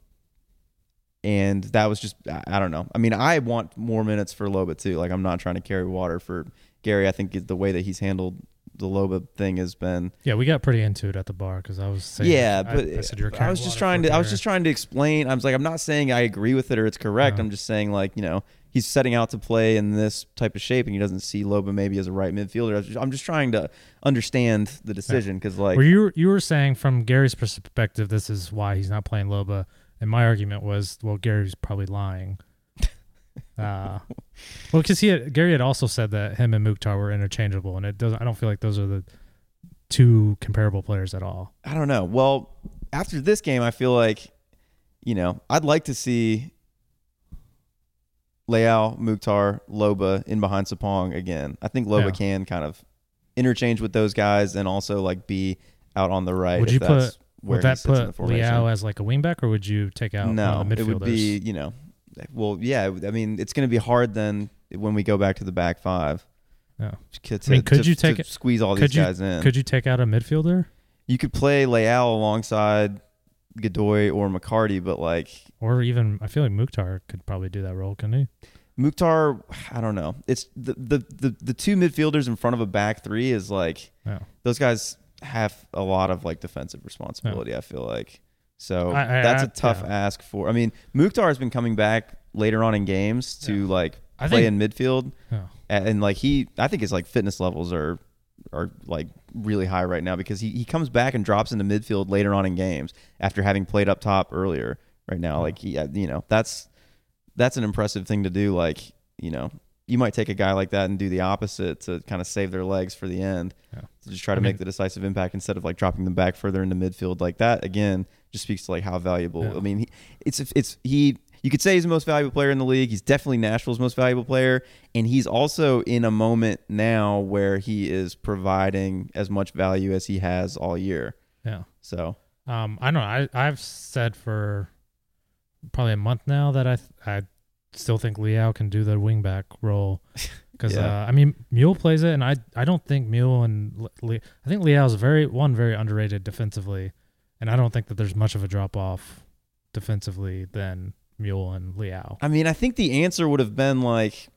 Speaker 1: and that was just I, I don't know. I mean, I want more minutes for Loba too. Like I'm not trying to carry water for Gary. I think the way that he's handled the Loba thing has been
Speaker 2: Yeah, we got pretty into it at the bar because I was saying,
Speaker 1: yeah,
Speaker 2: I-
Speaker 1: but
Speaker 2: I, said, "You're
Speaker 1: I was just trying to I was just trying to explain. I was like, I'm not saying I agree with it or it's correct.
Speaker 2: No.
Speaker 1: I'm just saying like you know he's setting out to play in this type of shape and he doesn't see Loba maybe as a right midfielder. I was just, I'm just trying to understand the decision because like
Speaker 2: Were you you were saying from Gary's perspective, this is why he's not playing Loba, and my argument was, well, Gary's probably lying. Uh, well, because he had, Gary had also said that him and Mukhtar were interchangeable, and it doesn't. I don't feel like those are the two comparable players at all.
Speaker 1: I don't know. Well, after this game, I feel like, you know, I'd like to see Leal, Mukhtar, Loba in behind Sapong again. I think Loba
Speaker 2: Yeah.
Speaker 1: can kind of interchange with those guys and also like be out on the right.
Speaker 2: Would
Speaker 1: if
Speaker 2: you
Speaker 1: that's where
Speaker 2: Would
Speaker 1: he
Speaker 2: that
Speaker 1: sits in
Speaker 2: put
Speaker 1: the formation.
Speaker 2: Liao as like a wingback, or would you take out uh,
Speaker 1: no,
Speaker 2: one of the midfielders?
Speaker 1: it would be you know, well, yeah. I mean, it's going to be hard then when we go back to the back five.
Speaker 2: Yeah.
Speaker 1: To,
Speaker 2: I mean, could
Speaker 1: to-
Speaker 2: you take
Speaker 1: to
Speaker 2: it-
Speaker 1: squeeze all
Speaker 2: could
Speaker 1: these
Speaker 2: you-
Speaker 1: guys in?
Speaker 2: Could you take out a midfielder
Speaker 1: you could play Leal alongside Godoy or McCarty, but like
Speaker 2: or even? I feel like Mukhtar could probably do that role, couldn't he?
Speaker 1: Mukhtar, I don't know. It's the the the, the two midfielders in front of a back three is like
Speaker 2: Yeah.
Speaker 1: those guys have a lot of like defensive responsibility. I feel like so
Speaker 2: I- I-
Speaker 1: that's
Speaker 2: I-
Speaker 1: a tough
Speaker 2: yeah.
Speaker 1: ask for. I mean, Mukhtar has been coming back later on in games to
Speaker 2: Yeah.
Speaker 1: like
Speaker 2: I
Speaker 1: play
Speaker 2: think-
Speaker 1: in midfield,
Speaker 2: Yeah.
Speaker 1: and, and like he, I think his like fitness levels are are like really high right now because he he comes back and drops into midfield later on in games after having played up top earlier. Right now, like he, uh, you know, that's that's an impressive thing to do. Like, you know, you might take a guy like that and do the opposite to kind of save their legs for the end
Speaker 2: Yeah.
Speaker 1: to just try to
Speaker 2: I mean-
Speaker 1: make the decisive impact instead of like dropping them back further into midfield. Like that again, just speaks to like how valuable.
Speaker 2: Yeah.
Speaker 1: I mean, he, it's it's he. You could say he's the most valuable player in the league. He's definitely Nashville's most valuable player, and he's also in a moment now where he is providing as much value as he has all year.
Speaker 2: Yeah.
Speaker 1: So
Speaker 2: Um, I don't know. I I've said for probably a month now that I th- I still think Liao can do the wingback role because
Speaker 1: Yeah.
Speaker 2: uh, I mean Mule plays it, and I I don't think Mule and Li- Li- I think Liao's very one very underrated defensively, and I don't think that there's much of a drop off defensively than Mule and Liao.
Speaker 1: I mean, I think the answer would have been like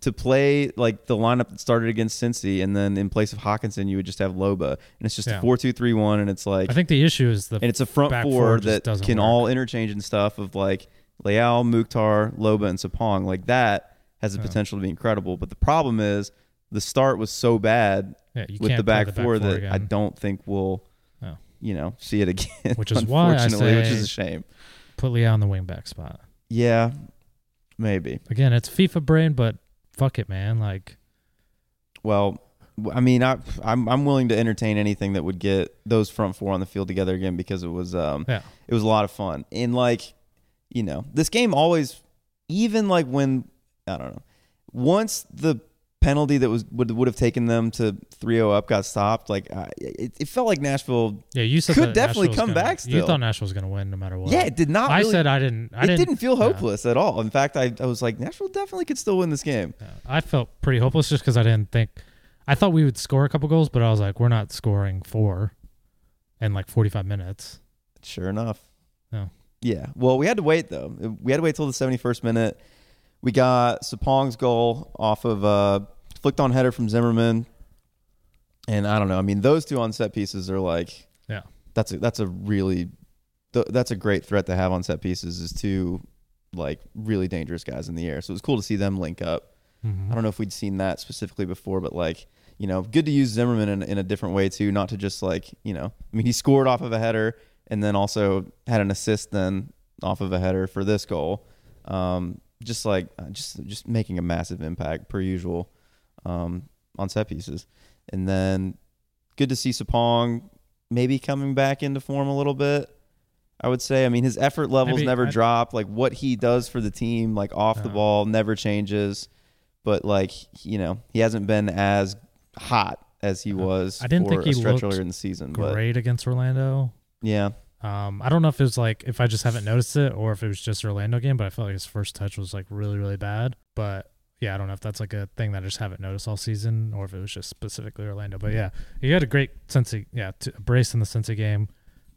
Speaker 1: to play like the lineup that started against Cincy, and then in place of Hawkinson, you would just have Loba, and it's just a
Speaker 2: Yeah.
Speaker 1: four-two-three-one, and it's like,
Speaker 2: I think the issue is
Speaker 1: and
Speaker 2: the
Speaker 1: it's a front
Speaker 2: back
Speaker 1: four,
Speaker 2: four just
Speaker 1: that
Speaker 2: doesn't
Speaker 1: can
Speaker 2: work.
Speaker 1: all interchange and stuff of like Leal, Mukhtar, Loba, and Sapong. Like that has the
Speaker 2: Yeah.
Speaker 1: potential to be incredible, but the problem is the start was so bad
Speaker 2: yeah, you
Speaker 1: with
Speaker 2: can't
Speaker 1: the
Speaker 2: play
Speaker 1: back, four, that I
Speaker 2: again.
Speaker 1: don't think we'll,
Speaker 2: Yeah.
Speaker 1: you know, see it again.
Speaker 2: Which is why I
Speaker 1: unfortunately, which is
Speaker 2: say-
Speaker 1: a shame.
Speaker 2: put Liao in the wingback spot.
Speaker 1: Yeah, maybe.
Speaker 2: Again, it's FIFA brain, but fuck it, man. Like
Speaker 1: Well, I mean, I I'm I'm willing to entertain anything that would get those front four on the field together again because it was um
Speaker 2: Yeah.
Speaker 1: it was a lot of fun. And like, you know, this game always even like when I don't know. Once the penalty that was would would have taken them to 3-0 up got stopped, like I, it, it felt like Nashville
Speaker 2: Yeah, you said
Speaker 1: Could
Speaker 2: that
Speaker 1: definitely
Speaker 2: Nashville's
Speaker 1: come
Speaker 2: gonna-
Speaker 1: back
Speaker 2: You
Speaker 1: still.
Speaker 2: thought Nashville was going to win no matter what.
Speaker 1: Yeah, it did not
Speaker 2: I
Speaker 1: really-
Speaker 2: said I didn't. I
Speaker 1: it
Speaker 2: didn't,
Speaker 1: didn't feel
Speaker 2: yeah.
Speaker 1: hopeless at all. In fact, I, I was like, Nashville definitely could still win this game.
Speaker 2: Yeah, uh, I felt pretty hopeless just because I didn't think. I thought we would score a couple goals, but I was like, we're not scoring four in like 45 minutes.
Speaker 1: Sure enough.
Speaker 2: No.
Speaker 1: Yeah. Well, we had to wait though. We had to wait till the 71st minute. We got Sapong's goal off of uh, flicked on header from Zimmerman, and I don't know. I mean, those two on set pieces are like,
Speaker 2: Yeah.
Speaker 1: that's a that's a really th- that's a great threat to have on set pieces is two like really dangerous guys in the air. So it was cool to see them link up. I don't know if we'd seen that specifically before, but like, you know, good to use Zimmerman in, in a different way too, not to just like, you know, I mean, he scored off of a header and then also had an assist then off of a header for this goal. Um, just like, uh, just, just making a massive impact per usual, um, on set pieces. And then good to see Sapong maybe coming back into form a little bit. I would say, I mean, his effort levels
Speaker 2: Maybe-
Speaker 1: never
Speaker 2: I-
Speaker 1: drop. Like what he does for the team, like off the
Speaker 2: Uh.
Speaker 1: ball, never changes but like you know he hasn't been as hot as he was
Speaker 2: Uh-huh. I didn't
Speaker 1: for
Speaker 2: think he
Speaker 1: a stretch
Speaker 2: looked
Speaker 1: earlier in the season but
Speaker 2: Great against Orlando.
Speaker 1: yeah
Speaker 2: Um, I don't know if it was like if I just haven't noticed it or if it was just Orlando game, but I felt like his first touch was like really really bad. But yeah, I don't know if that's like a thing that I just haven't noticed all season or if it was just specifically Orlando. But yeah, he had a great sense of yeah t- a brace in the sense of game,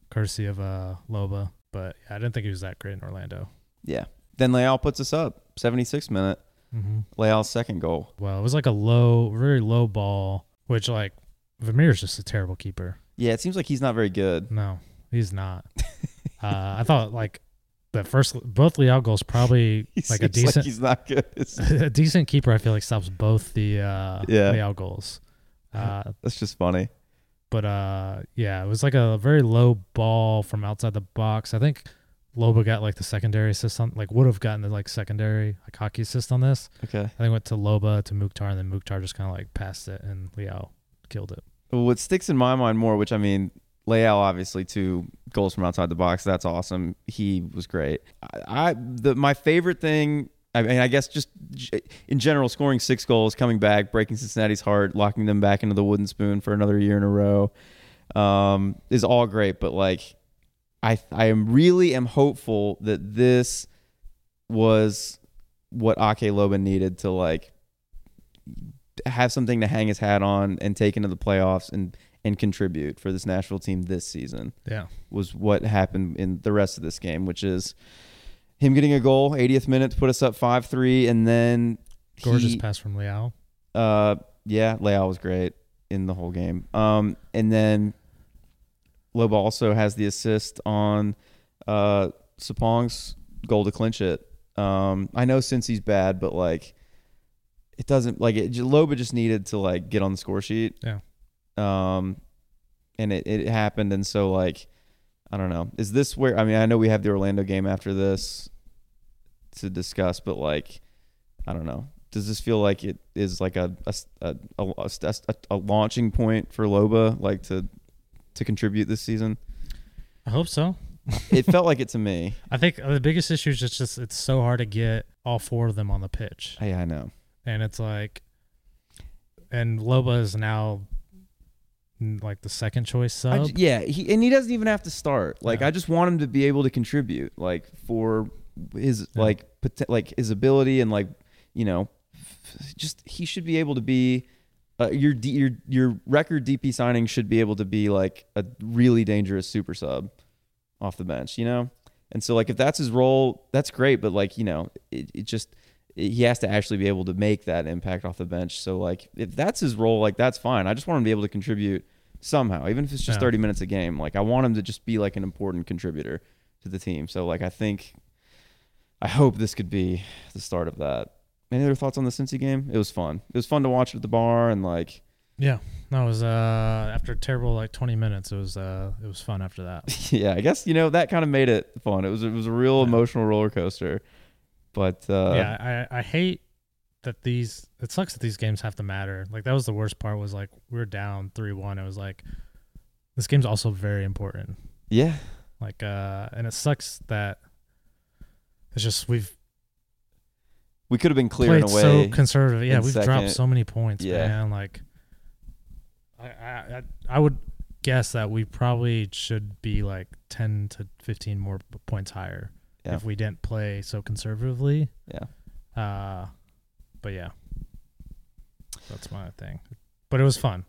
Speaker 2: courtesy of uh Loba. But yeah, I didn't think he was that great in Orlando.
Speaker 1: yeah then Leal puts us up 76 minute
Speaker 2: Mm-hmm.
Speaker 1: Leal's second goal
Speaker 2: Well, it was like a low, very low ball, which like Vermeer's just a terrible keeper.
Speaker 1: yeah it seems like he's not very good
Speaker 2: No, he's not. uh, I thought like the first both Leal goals probably
Speaker 1: he
Speaker 2: like a
Speaker 1: seems
Speaker 2: decent
Speaker 1: he's not good It's-
Speaker 2: a decent keeper. I feel like stops both the uh,
Speaker 1: Yeah.
Speaker 2: Leal goals. Uh,
Speaker 1: that's just funny
Speaker 2: but uh, yeah, it was like a very low ball from outside the box. I think Loba got like the secondary assist on, like would have gotten the like secondary like hockey assist on this.
Speaker 1: okay
Speaker 2: I think it went to Loba to Mukhtar, and then Mukhtar just kind of like passed it, and Leal killed it.
Speaker 1: what sticks in my mind more which I mean Leal obviously two goals from outside the box that's awesome he was great I, I the my favorite thing I mean, I guess just g- in general, scoring six goals, coming back, breaking Cincinnati's heart, locking them back into the wooden spoon for another year in a row, um, is all great. But like, I I am really am hopeful that this was what Ake Loban needed to like have something to hang his hat on and take into the playoffs and and contribute for this Nashville team this season
Speaker 2: Yeah.
Speaker 1: was what happened in the rest of this game, which is him getting a goal, 80th minute to put us up 5 3, and then he-
Speaker 2: Gorgeous pass from Liao.
Speaker 1: uh, yeah, Leal was great in the whole game. Um, and then Loba also has the assist on uh Sapong's goal to clinch it. Um, I know since he's bad, but like it doesn't like it. Loba just needed to like get on the score sheet.
Speaker 2: Yeah.
Speaker 1: Um, and it it happened, and so like I don't know. Is this where? I mean, I know we have the Orlando game after this to discuss, but like I don't know. Does this feel like it is like a a, a, a, a- a launching point for Loba, like to to contribute this season?
Speaker 2: I hope so.
Speaker 1: It felt like it to me.
Speaker 2: I think uh, the biggest issue is just, just it's so hard to get all four of them on the pitch,
Speaker 1: Yeah, I know.
Speaker 2: and it's like, and Loba is now mm, like the second choice
Speaker 1: I
Speaker 2: sub.
Speaker 1: ju- yeah, he, and he doesn't even have to start. Like
Speaker 2: Yeah.
Speaker 1: I just want him to be able to contribute, like for his
Speaker 2: Yeah.
Speaker 1: like pot- like his ability and like you know, f- just he should be able to be. Uh, your D, your your record DP signing should be able to be like a really dangerous super sub off the bench, you know. And so like if that's his role, that's great. But like you know, it, it just he has to actually be able to make that impact off the bench. So like if that's his role, like that's fine. I just want him to be able to contribute somehow, even if it's just
Speaker 2: Yeah.
Speaker 1: 30 minutes a game. Like I want him to just be like an important contributor to the team. So like I think I hope this could be the start of that. Any other thoughts on the Cincy game? It was fun. It was fun to watch at the bar and like
Speaker 2: yeah, no, it was uh after a terrible like twenty minutes. It was uh it was fun after that.
Speaker 1: yeah, I guess you know that kind of made it fun. It was it was a real
Speaker 2: Yeah.
Speaker 1: emotional roller coaster. But uh
Speaker 2: yeah, I I hate that these it sucks that these games have to matter. Like that was the worst part was like we were down three one. It was like this game's also very important.
Speaker 1: Yeah.
Speaker 2: Like uh and it sucks that it's just we've
Speaker 1: We could have been clear in a
Speaker 2: played
Speaker 1: way.
Speaker 2: so conservative. Yeah,
Speaker 1: in
Speaker 2: we've
Speaker 1: second.
Speaker 2: dropped so many points,
Speaker 1: Yeah.
Speaker 2: man. Like I, I I I would guess that we probably should be like ten to fifteen more p- points higher
Speaker 1: Yeah.
Speaker 2: if we didn't play so conservatively.
Speaker 1: Yeah.
Speaker 2: Uh but yeah. That's my thing. But it was fun.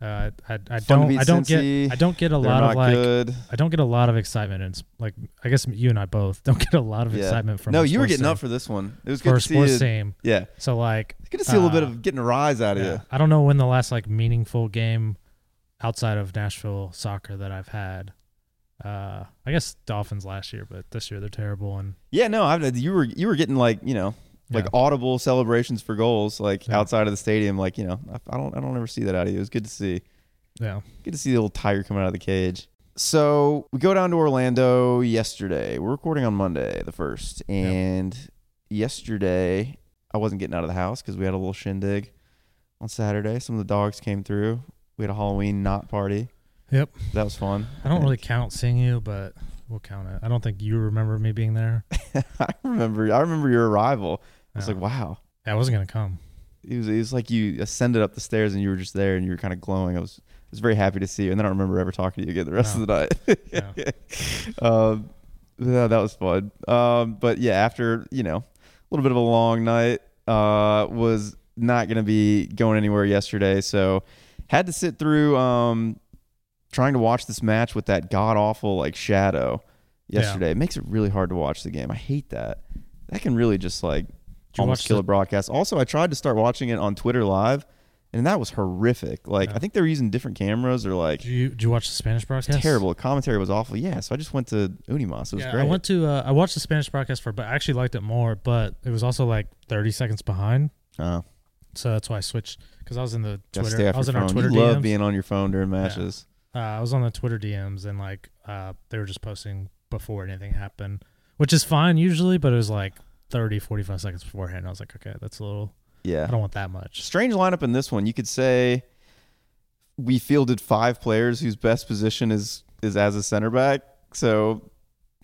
Speaker 2: Uh, I, I
Speaker 1: Fun to
Speaker 2: don't
Speaker 1: beat
Speaker 2: I don't
Speaker 1: Cincy.
Speaker 2: get I don't get
Speaker 1: They're
Speaker 2: a lot
Speaker 1: not
Speaker 2: of like
Speaker 1: good.
Speaker 2: I don't get a lot of excitement and like I guess you and I both don't get a lot of
Speaker 1: Yeah.
Speaker 2: excitement from
Speaker 1: No,
Speaker 2: a
Speaker 1: you were
Speaker 2: sports
Speaker 1: getting
Speaker 2: team,
Speaker 1: up for this one. It was
Speaker 2: for
Speaker 1: good
Speaker 2: a
Speaker 1: to see you.
Speaker 2: sports team.
Speaker 1: Yeah.
Speaker 2: So like
Speaker 1: It's good to see a little bit
Speaker 2: Uh,
Speaker 1: of getting a rise out of
Speaker 2: yeah.
Speaker 1: you.
Speaker 2: I don't know when the last like meaningful game outside of Nashville soccer that I've had. Uh, I guess Dolphins last year, but this year they're terrible. And
Speaker 1: Yeah, no, I've, you were you were getting like you know like
Speaker 2: Yeah.
Speaker 1: audible celebrations for goals like
Speaker 2: Yeah.
Speaker 1: outside of the stadium. Like you know, I, I don't I don't ever see that out of you. It was good to see.
Speaker 2: yeah,
Speaker 1: Good to see the little tiger coming out of the cage. So we go down to Orlando yesterday. We're recording on Monday the first, and yesterday I wasn't getting out of the house because we had a little shindig on Saturday. Some of the dogs came through. We had a Halloween knot party.
Speaker 2: Yep.
Speaker 1: that was fun.
Speaker 2: I don't really
Speaker 1: think.
Speaker 2: count seeing you, but we'll count it. I don't think you remember me being there.
Speaker 1: I remember. I remember your arrival. I was
Speaker 2: Yeah.
Speaker 1: like, wow.
Speaker 2: Yeah, I wasn't gonna come.
Speaker 1: it was, it was like you ascended up the stairs and you were just there and you were kind of glowing. I was I was very happy to see you, and then I don't remember ever talking to you again the rest
Speaker 2: No.
Speaker 1: of the
Speaker 2: Yeah.
Speaker 1: night. um, yeah, that was fun. Um, but yeah, after you know a little bit of a long night, uh, was not gonna be going anywhere yesterday, so had to sit through um, trying to watch this match with that god awful like shadow
Speaker 2: Yeah.
Speaker 1: yesterday. It makes it really hard to watch the game. I hate that. That can really just like
Speaker 2: Did you
Speaker 1: almost
Speaker 2: watch
Speaker 1: kill
Speaker 2: the-
Speaker 1: a broadcast. Also, I tried to start watching it on Twitter Live, and that was horrific. Like
Speaker 2: Yeah.
Speaker 1: I think they were using different cameras or like
Speaker 2: Did you did you watch the Spanish broadcast?
Speaker 1: terrible commentary was awful. Yeah, so I just went to Unimas. It was
Speaker 2: yeah,
Speaker 1: great.
Speaker 2: I went to uh, I watched the Spanish broadcast for, but I actually liked it more. But it was also like 30 seconds behind,
Speaker 1: oh,
Speaker 2: so that's why I switched because I was in the
Speaker 1: gotta
Speaker 2: Twitter.
Speaker 1: stay off
Speaker 2: I was
Speaker 1: your
Speaker 2: in
Speaker 1: phone.
Speaker 2: our Twitter.
Speaker 1: you love
Speaker 2: DMs.
Speaker 1: being on your phone during matches.
Speaker 2: uh, I was on the Twitter DMs and like uh, they were just posting before anything happened, which is fine usually, but it was like 30, 45 seconds beforehand. I was like, okay, that's a little,
Speaker 1: Yeah.
Speaker 2: I don't want that much.
Speaker 1: Strange lineup in this one. You could say we fielded five players whose best position is is as a center back. So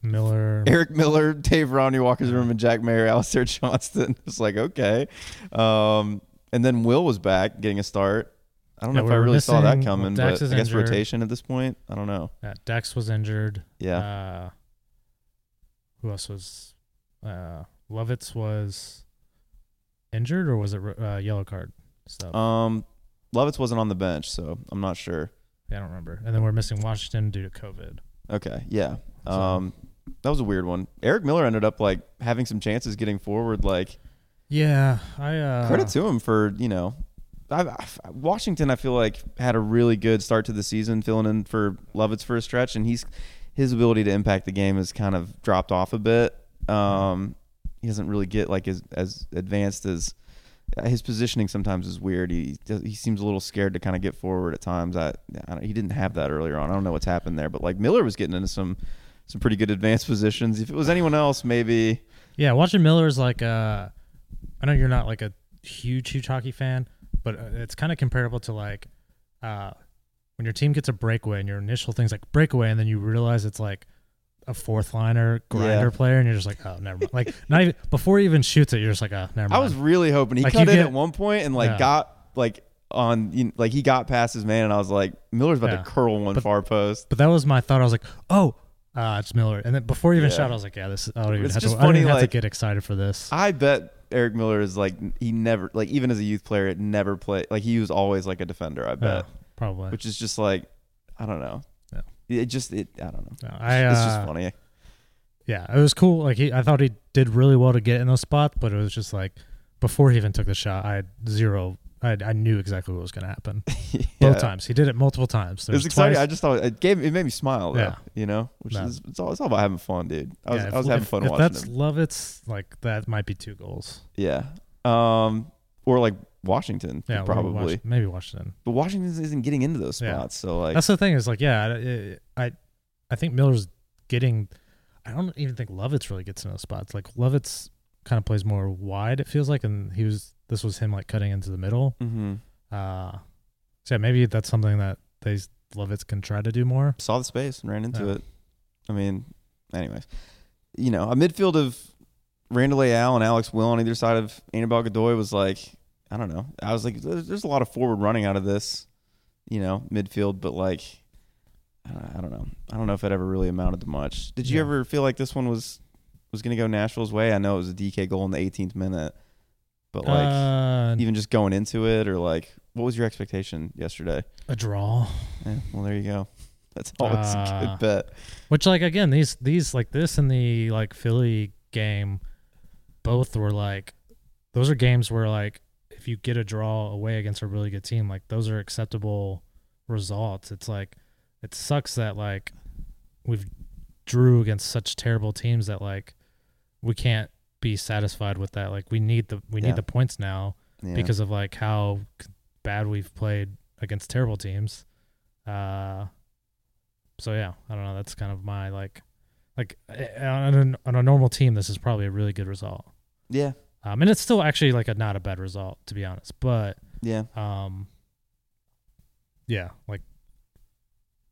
Speaker 2: Miller,
Speaker 1: Eric Miller, Dave Ronnie Walker's room,
Speaker 2: Mm-hmm.
Speaker 1: and Jack Mayer, Alistair Johnston. It's like, okay. Um, and then Will was back getting a start. I don't
Speaker 2: Yeah,
Speaker 1: know
Speaker 2: we
Speaker 1: if I
Speaker 2: were
Speaker 1: really saw that
Speaker 2: missing- well,
Speaker 1: coming,
Speaker 2: Dax
Speaker 1: but
Speaker 2: is
Speaker 1: I guess
Speaker 2: injured.
Speaker 1: rotation at this point. I don't know.
Speaker 2: uh, Dex was injured.
Speaker 1: Yeah.
Speaker 2: Uh, who else was, uh, Lovitz was injured or was it uh, yellow card stuff?
Speaker 1: Um, Lovitz wasn't on the bench, so I'm not sure.
Speaker 2: yeah, I don't remember. And then we're missing Washington due to COVID.
Speaker 1: Okay. Yeah.
Speaker 2: So-
Speaker 1: Um, that was a weird one. Eric Miller ended up like having some chances getting forward. Like
Speaker 2: Yeah, I uh,
Speaker 1: credit to him for you know. I, I, Washington, I feel like, had a really good start to the season, filling in for Lovitz for a stretch, and he's his ability to impact the game has kind of dropped off a bit. Um, he doesn't really get like as as advanced as uh, his positioning sometimes is weird. He he seems a little scared to kind of get forward at times. I, I don't, he didn't have that earlier on. I don't know what's happened there, but like Miller was getting into some some pretty good advanced positions. If it was anyone else, maybe
Speaker 2: Yeah, watching Miller is like uh I know you're not like a huge huge hockey fan, but uh, it's kind of comparable to like uh when your team gets a breakaway and your initial thing's like breakaway and then you realize it's like a fourth liner grinder player and you're just like oh never mind like not even before he even shoots it you're just like oh never mind
Speaker 1: I was really hoping he
Speaker 2: Like,
Speaker 1: cut
Speaker 2: you
Speaker 1: in
Speaker 2: get-
Speaker 1: at one point and like
Speaker 2: Yeah.
Speaker 1: got like on you know, like he got past his man and I was like Miller's about
Speaker 2: Yeah.
Speaker 1: to curl one
Speaker 2: But-
Speaker 1: far post.
Speaker 2: but that was my thought I was like oh uh it's Miller and then before he even
Speaker 1: Yeah.
Speaker 2: shot I was like yeah this I don't even,
Speaker 1: It's
Speaker 2: have to,
Speaker 1: just
Speaker 2: I don't
Speaker 1: funny,
Speaker 2: even have
Speaker 1: like-
Speaker 2: to get excited for this
Speaker 1: I bet Eric Miller is like he never like even as a youth player it never played like he was always like a defender I
Speaker 2: Yeah,
Speaker 1: bet
Speaker 2: Uh, probably
Speaker 1: which is just like I don't know
Speaker 2: Yeah.
Speaker 1: it just it I don't know
Speaker 2: No, I,
Speaker 1: it's just
Speaker 2: uh,
Speaker 1: funny
Speaker 2: Yeah, it was cool. Like he, I thought he did really well to get in those spots, but it was just like before he even took the shot, I had zero. I, had, I knew exactly what was going to happen.
Speaker 1: Yeah.
Speaker 2: Both times, he did it multiple times. There
Speaker 1: It was
Speaker 2: was
Speaker 1: exciting.
Speaker 2: twice-
Speaker 1: I just thought it gave it made me smile. Though,
Speaker 2: Yeah.
Speaker 1: you know, which
Speaker 2: No.
Speaker 1: is it's all, it's all about having fun, dude. I was
Speaker 2: yeah,
Speaker 1: I was
Speaker 2: if-
Speaker 1: having
Speaker 2: if-
Speaker 1: fun
Speaker 2: if
Speaker 1: watching
Speaker 2: that's
Speaker 1: him.
Speaker 2: Lovitz, like that might be two goals.
Speaker 1: Yeah, um, or like Washington
Speaker 2: Yeah, or
Speaker 1: probably.
Speaker 2: Wash- maybe Washington.
Speaker 1: But Washington isn't getting into those
Speaker 2: Yeah.
Speaker 1: spots. So like,
Speaker 2: that's the thing is like yeah, I, I I think Miller's getting. I don't even think Lovitz really gets in those spots. Like Lovitz kind of plays more wide. It feels like, and he was this was him like cutting into the middle.
Speaker 1: Mm-hmm.
Speaker 2: Uh, so yeah, maybe that's something that they Lovitz can try to do more.
Speaker 1: Saw the space and ran into
Speaker 2: Yeah.
Speaker 1: it. I mean, anyways, you know, a midfield of Randall Leal and Alex Will on either side of Anibal Godoy was like, I don't know. I was like, there's there's a lot of forward running out of this, you know, midfield, but like, I don't- I don't know. I don't know if it ever really amounted to much. Did you
Speaker 2: Yeah.
Speaker 1: ever feel like this one was was going to go Nashville's way? I know it was a DK goal in the 18th minute, but like,
Speaker 2: uh,
Speaker 1: even just going into it, or like, what was your expectation yesterday?
Speaker 2: a draw.
Speaker 1: Yeah, well, there you go. That's always a
Speaker 2: Uh,
Speaker 1: good bet.
Speaker 2: Which like again, these these like this and the like Philly game, both were like those are games where like if you get a draw away against a really good team, like those are acceptable results. It's like it sucks that like we've drew against such terrible teams that like we can't be satisfied with that. Like we need the we
Speaker 1: Yeah.
Speaker 2: need the points now
Speaker 1: Yeah.
Speaker 2: because of like how c- bad we've played against terrible teams. Uh, so yeah, I don't know. That's kind of my like, like eh, on a, on a normal team, this is probably a really good result.
Speaker 1: yeah,
Speaker 2: Um, and it's still actually like a not a bad result to be honest. But
Speaker 1: yeah,
Speaker 2: um, yeah, like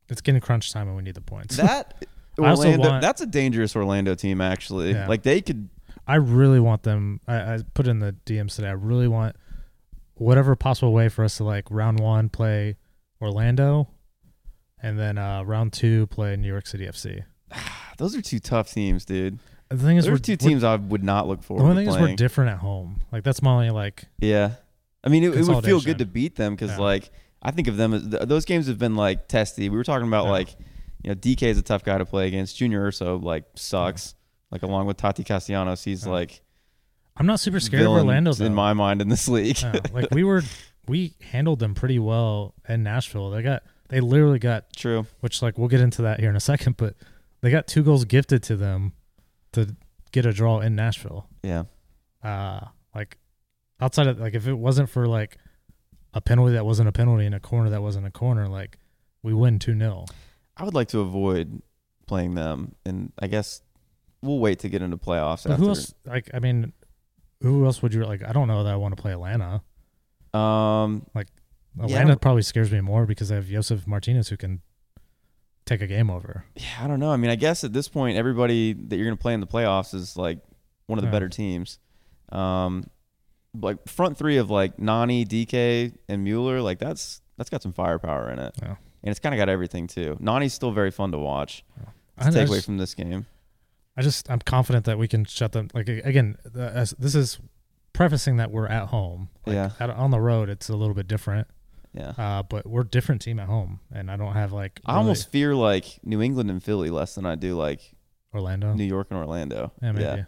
Speaker 2: it's getting crunch time and we need the points.
Speaker 1: that
Speaker 2: I also
Speaker 1: Orlando.
Speaker 2: want-
Speaker 1: that's a dangerous Orlando team, actually.
Speaker 2: Yeah.
Speaker 1: Like they could.
Speaker 2: I really want them. I, I put in the DMs today. I really want whatever possible way for us to like round one play Orlando, and then uh, round two play New York City FC.
Speaker 1: Those are two tough teams, dude.
Speaker 2: The thing is,
Speaker 1: Those
Speaker 2: we're
Speaker 1: are two
Speaker 2: we're-
Speaker 1: teams I would not look
Speaker 2: the
Speaker 1: forward
Speaker 2: only
Speaker 1: to
Speaker 2: thing is we're
Speaker 1: playing.
Speaker 2: different at home. Like that's my only like.
Speaker 1: yeah, I mean, it, it would feel
Speaker 2: Consolidation.
Speaker 1: good to beat them because,
Speaker 2: Yeah.
Speaker 1: like, I think of them as th- those games have been like testy. We were talking about
Speaker 2: Yeah.
Speaker 1: like, you know, DK is a tough guy to play against. Junior Urso like sucks. Like along with Tati Castellanos, he's
Speaker 2: Yeah.
Speaker 1: like
Speaker 2: I'm not super scared of
Speaker 1: villain
Speaker 2: Orlando though.
Speaker 1: in my mind in this league.
Speaker 2: Yeah, like we were, we handled them pretty well in Nashville. They got they literally got
Speaker 1: True.
Speaker 2: which like we'll get into that here in a second, but they got two goals gifted to them to get a draw in Nashville.
Speaker 1: Yeah.
Speaker 2: uh like outside of like if it wasn't for like a penalty that wasn't a penalty and a corner that wasn't a corner like we win 2-0
Speaker 1: I would like to avoid playing them, and I guess we'll wait to get into playoffs.
Speaker 2: but
Speaker 1: after.
Speaker 2: who else like i mean who else would you like i don't know that i want to play atlanta
Speaker 1: Um, I
Speaker 2: atlanta
Speaker 1: don't-
Speaker 2: probably scares me more because i have Joseph martinez who can take a game over
Speaker 1: yeah, I don't know. I mean, I guess at this point, everybody that you're going to play in the playoffs is like one of the
Speaker 2: Yeah.
Speaker 1: better teams. Um, like front three of like Nani, DK, and Mueller, like that's that's got some firepower in it,
Speaker 2: Yeah.
Speaker 1: and it's kind of got everything too. Nani's still very fun to watch.
Speaker 2: I,
Speaker 1: To take away
Speaker 2: just,
Speaker 1: from this game,
Speaker 2: I just i'm confident that we can shut them like a- again the, as, this is prefacing that we're at home like,
Speaker 1: Yeah.
Speaker 2: out, on the road it's a little bit different
Speaker 1: yeah.
Speaker 2: uh but we're a different team at home and i don't have like
Speaker 1: I
Speaker 2: really-
Speaker 1: almost fear like New England and Philly less than I do like
Speaker 2: orlando
Speaker 1: New York and Orlando.
Speaker 2: Oh. Yeah, maybe.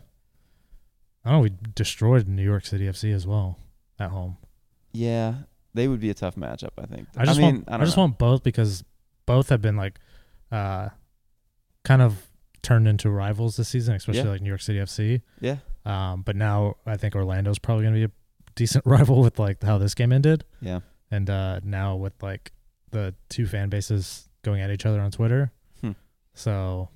Speaker 2: I know we destroyed New York City FC as well at home.
Speaker 1: Yeah, they would be a tough matchup, I think.
Speaker 2: I just
Speaker 1: mean,
Speaker 2: want
Speaker 1: I
Speaker 2: I,
Speaker 1: don't
Speaker 2: just
Speaker 1: know.
Speaker 2: want both because both have been like uh kind of turned into rivals this season, especially
Speaker 1: Yeah.
Speaker 2: like New York City FC.
Speaker 1: yeah,
Speaker 2: Um but now I think Orlando's probably going to be a decent rival with like how this game ended
Speaker 1: yeah,
Speaker 2: and uh now with like the two fan bases going at each other on Twitter.
Speaker 1: Hmm.
Speaker 2: So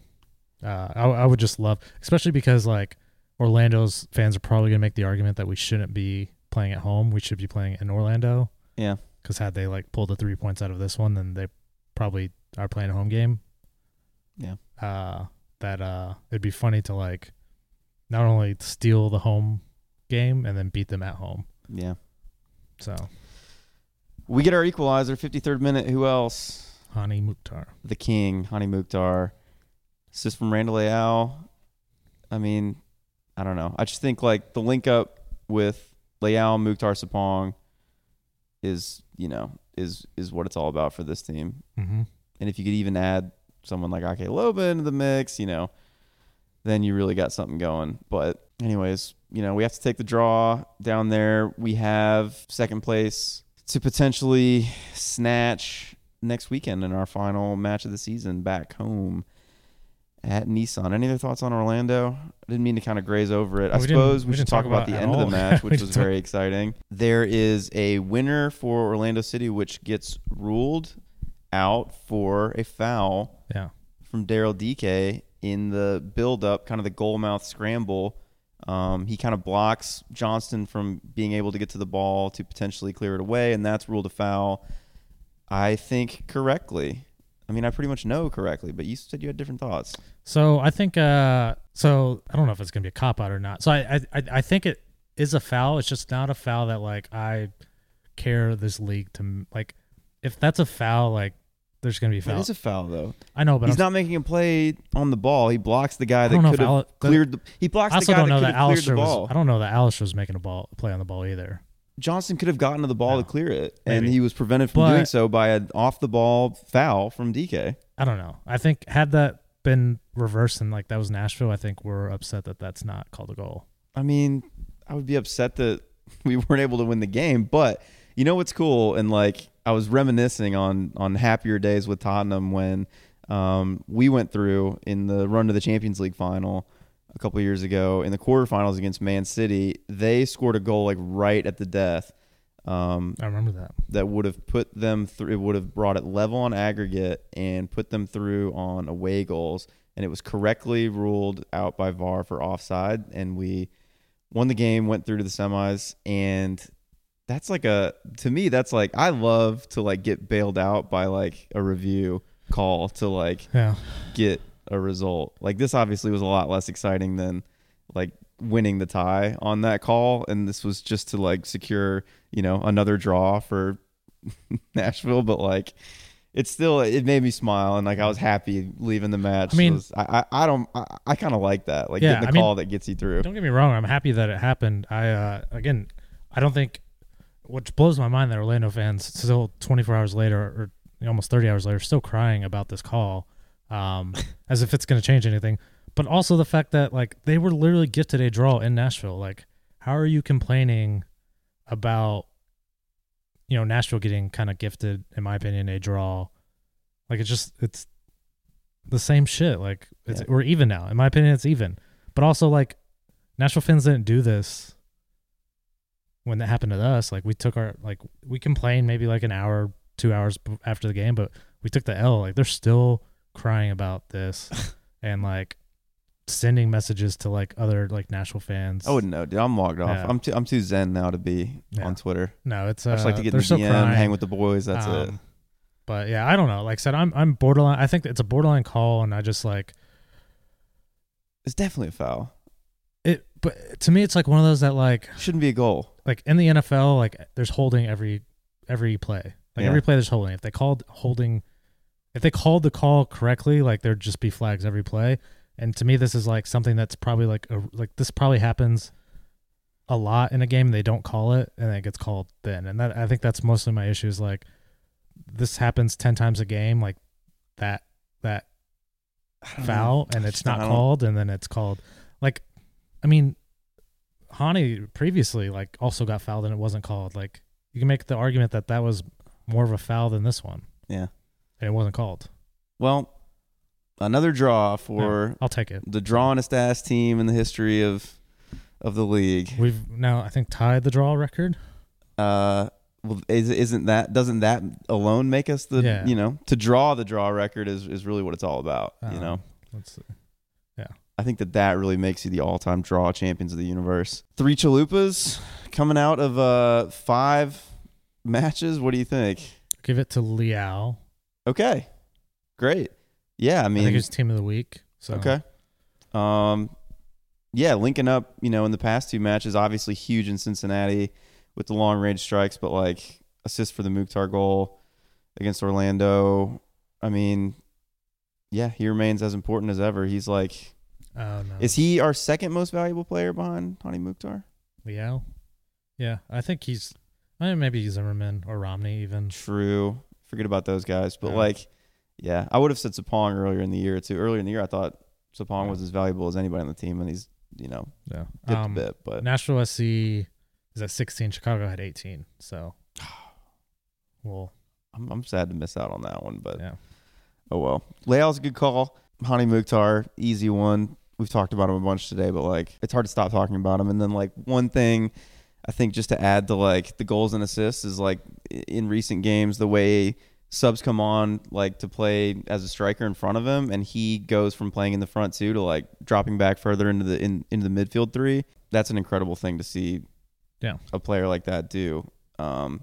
Speaker 2: uh, I, I would just love, especially because like Orlando's fans are probably gonna make the argument that we shouldn't be playing at home. We should be playing in Orlando.
Speaker 1: Yeah.
Speaker 2: Because had they like pulled the three points out of this one, then they probably are playing a home game.
Speaker 1: Yeah.
Speaker 2: Uh, that uh, it'd be funny to like not only steal the home game and then beat them at home.
Speaker 1: yeah.
Speaker 2: So
Speaker 1: We get our equalizer, 53rd minute. Who else?
Speaker 2: Hani Mukhtar.
Speaker 1: The King, Hani Mukhtar. Assist from Randall Leal. I mean, I don't know. I just think like the link up with Leal, Mukhtar, Sapong is, you know, is is what it's all about for this team.
Speaker 2: Mm-hmm.
Speaker 1: And if you could even add someone like Ake Loba into the mix, you know, then you really got something going. But anyways, you know, we have to take the draw down there. We have second place to potentially snatch next weekend in our final match of the season back home at Nissan. Any other thoughts on Orlando? I didn't mean to kind of graze over it. I
Speaker 2: We didn't-
Speaker 1: suppose we,
Speaker 2: we
Speaker 1: should
Speaker 2: didn't
Speaker 1: talk
Speaker 2: talk
Speaker 1: about,
Speaker 2: about
Speaker 1: the
Speaker 2: it at
Speaker 1: end of
Speaker 2: all.
Speaker 1: the match,
Speaker 2: We
Speaker 1: which
Speaker 2: didn't
Speaker 1: was very exciting. There is a winner for Orlando City, which gets ruled out for a foul
Speaker 2: Yeah.
Speaker 1: from Daryl DK in the build up, kind of the goal mouth scramble Um, he kind of blocks Johnston from being able to get to the ball to potentially clear it away, and that's ruled a foul. I think correctly. I mean, I pretty much know correctly, but you said you had different thoughts.
Speaker 2: So I think uh so I don't know if it's gonna be a cop out or not. So I I I I think it is a foul. It's just not a foul that like I care this league to like if that's a foul like there's gonna be
Speaker 1: It
Speaker 2: foul.
Speaker 1: is a foul though.
Speaker 2: I know, but
Speaker 1: He's
Speaker 2: I'm-
Speaker 1: not making a play on the ball. He blocks the guy
Speaker 2: I don't know
Speaker 1: that
Speaker 2: if
Speaker 1: could have
Speaker 2: Ale- but
Speaker 1: cleared the. He blocks
Speaker 2: I
Speaker 1: the
Speaker 2: also
Speaker 1: guy
Speaker 2: don't know
Speaker 1: that
Speaker 2: that
Speaker 1: could have cleared the
Speaker 2: Alistair
Speaker 1: ball.
Speaker 2: was. I don't know that Alistair was making a ball play on the ball either.
Speaker 1: Johnson could have gotten to the ball
Speaker 2: No.
Speaker 1: to clear it, and
Speaker 2: Maybe.
Speaker 1: he was prevented from
Speaker 2: But-
Speaker 1: doing so by an off the ball foul from DK.
Speaker 2: I don't know. I think had that been reversed and like that was Nashville, I think we're upset that that's not called a goal.
Speaker 1: I mean, I would be upset that we weren't able to win the game, but you know what's cool? And like, I was reminiscing on on happier days with Tottenham when um, we went through in the run to the Champions League final a couple of years ago in the quarterfinals against Man City. They scored a goal like right at the death. Um,
Speaker 2: I remember that.
Speaker 1: that would have put them through it would have brought it level on aggregate and put them through on away goals and it was correctly ruled out by VAR for offside and we won the game went through to the semis and that's like a to me that's like I love to like get bailed out by like a review call to like
Speaker 2: Yeah.
Speaker 1: get a result. Like this obviously was a lot less exciting than like winning the tie on that call and this was just to like secure, you know, another draw for Nashville, but like it's still it made me smile and like I was happy leaving the match.
Speaker 2: I mean-
Speaker 1: It was- I, I I don't I, I kind of like that. Like
Speaker 2: Yeah,
Speaker 1: getting
Speaker 2: I
Speaker 1: the
Speaker 2: mean-
Speaker 1: call that gets you through.
Speaker 2: Don't get me wrong, I'm happy that it happened. I uh again I don't think which blows my mind that Orlando fans still twenty four hours later or you know, almost thirty hours later are still crying about this call. Um as if it's gonna change anything. But also the fact that like they were literally gifted a draw in Nashville. Like, how are you complaining about you know, Nashville getting kind of gifted, in my opinion, a draw? Like it's just it's the same shit. Like it's
Speaker 1: Yeah.
Speaker 2: we're even now. In my opinion, it's even. But also like Nashville fans didn't do this when that happened to us. Like we took our like we complained maybe like an hour, two hours b- after the game, but we took the L. Like they're still crying about this and like sending messages to like other like Nashville fans.
Speaker 1: I wouldn't know, dude. I'm logged off.
Speaker 2: Yeah.
Speaker 1: I'm too I'm too zen now to be
Speaker 2: Yeah.
Speaker 1: on Twitter.
Speaker 2: no, it's uh,
Speaker 1: I just like to get in
Speaker 2: they're
Speaker 1: the
Speaker 2: still
Speaker 1: DM,
Speaker 2: crying.
Speaker 1: hang with the boys. That's it.
Speaker 2: Um, But yeah, I don't know. Like I said, I'm I'm borderline. I think it's a borderline call, and I just like
Speaker 1: It's definitely a foul.
Speaker 2: it. But to me, it's like one of those that like
Speaker 1: Shouldn't be a goal.
Speaker 2: like in the NFL, like there's holding every every play. Like
Speaker 1: Yeah.
Speaker 2: every play there's holding. If they called holding if they called the call correctly, like there'd just be flags every play. And to me this is like something that's probably like a, like this probably happens a lot in a game and they don't call it and it gets called then. And that I think that's mostly my issue is like this happens 10 times a game like that that
Speaker 1: I don't know.
Speaker 2: foul and it's
Speaker 1: just don't-
Speaker 2: not
Speaker 1: I don't-
Speaker 2: called and then it's called like i mean hani previously like also got fouled and it wasn't called like you can make the argument that that was more of a foul than this one
Speaker 1: Yeah.
Speaker 2: and it wasn't called
Speaker 1: Well, another draw for
Speaker 2: i'll take it
Speaker 1: the drawingest ass team in the history of of the league.
Speaker 2: we've now i think tied the draw record
Speaker 1: Uh, well, is, isn't that doesn't that alone make us the
Speaker 2: Yeah.
Speaker 1: you know to draw the draw record is is really what it's all about. you
Speaker 2: Um,
Speaker 1: know,
Speaker 2: let's see.
Speaker 1: I think that that really makes you the all time draw champions of the universe. Three chalupas coming out of uh five matches. What do you think?
Speaker 2: give it to liao
Speaker 1: Okay, great. Yeah, I
Speaker 2: i,
Speaker 1: mean,
Speaker 2: think it's team of the week so
Speaker 1: Okay. Um, yeah, linking up, you know, in the past two matches, obviously huge in Cincinnati with the long range strikes, but like assist for the Mukhtar goal against Orlando. I mean, yeah, he remains as important as ever. He's like,
Speaker 2: oh no
Speaker 1: is he our second most valuable player behind Hani Mukhtar?
Speaker 2: liao yeah i think he's I mean, maybe Zimmerman or Romney even.
Speaker 1: True. Forget about those guys, but
Speaker 2: Yeah.
Speaker 1: like, yeah, I would have said Sapong earlier in the year too. Earlier in the year, I thought Sapong was as valuable as anybody on the team, and he's you know
Speaker 2: Yeah.
Speaker 1: dipped
Speaker 2: Um,
Speaker 1: a bit, but
Speaker 2: Nashville SC is at 16. Chicago had 18. So, well,
Speaker 1: I'm, I'm sad to miss out on that one, but
Speaker 2: yeah.
Speaker 1: oh well. Leal's a good call. Hani Mukhtar, easy one. We've talked about him a bunch today, but like it's hard to stop talking about him. And then like one thing I think just to add to like the goals and assists is like i- in recent games the way subs come on like to play as a striker in front of him, and he goes from playing in the front two to like dropping back further into the in, into the midfield three. That's an incredible thing to see.
Speaker 2: Yeah.
Speaker 1: a player like that do. Um,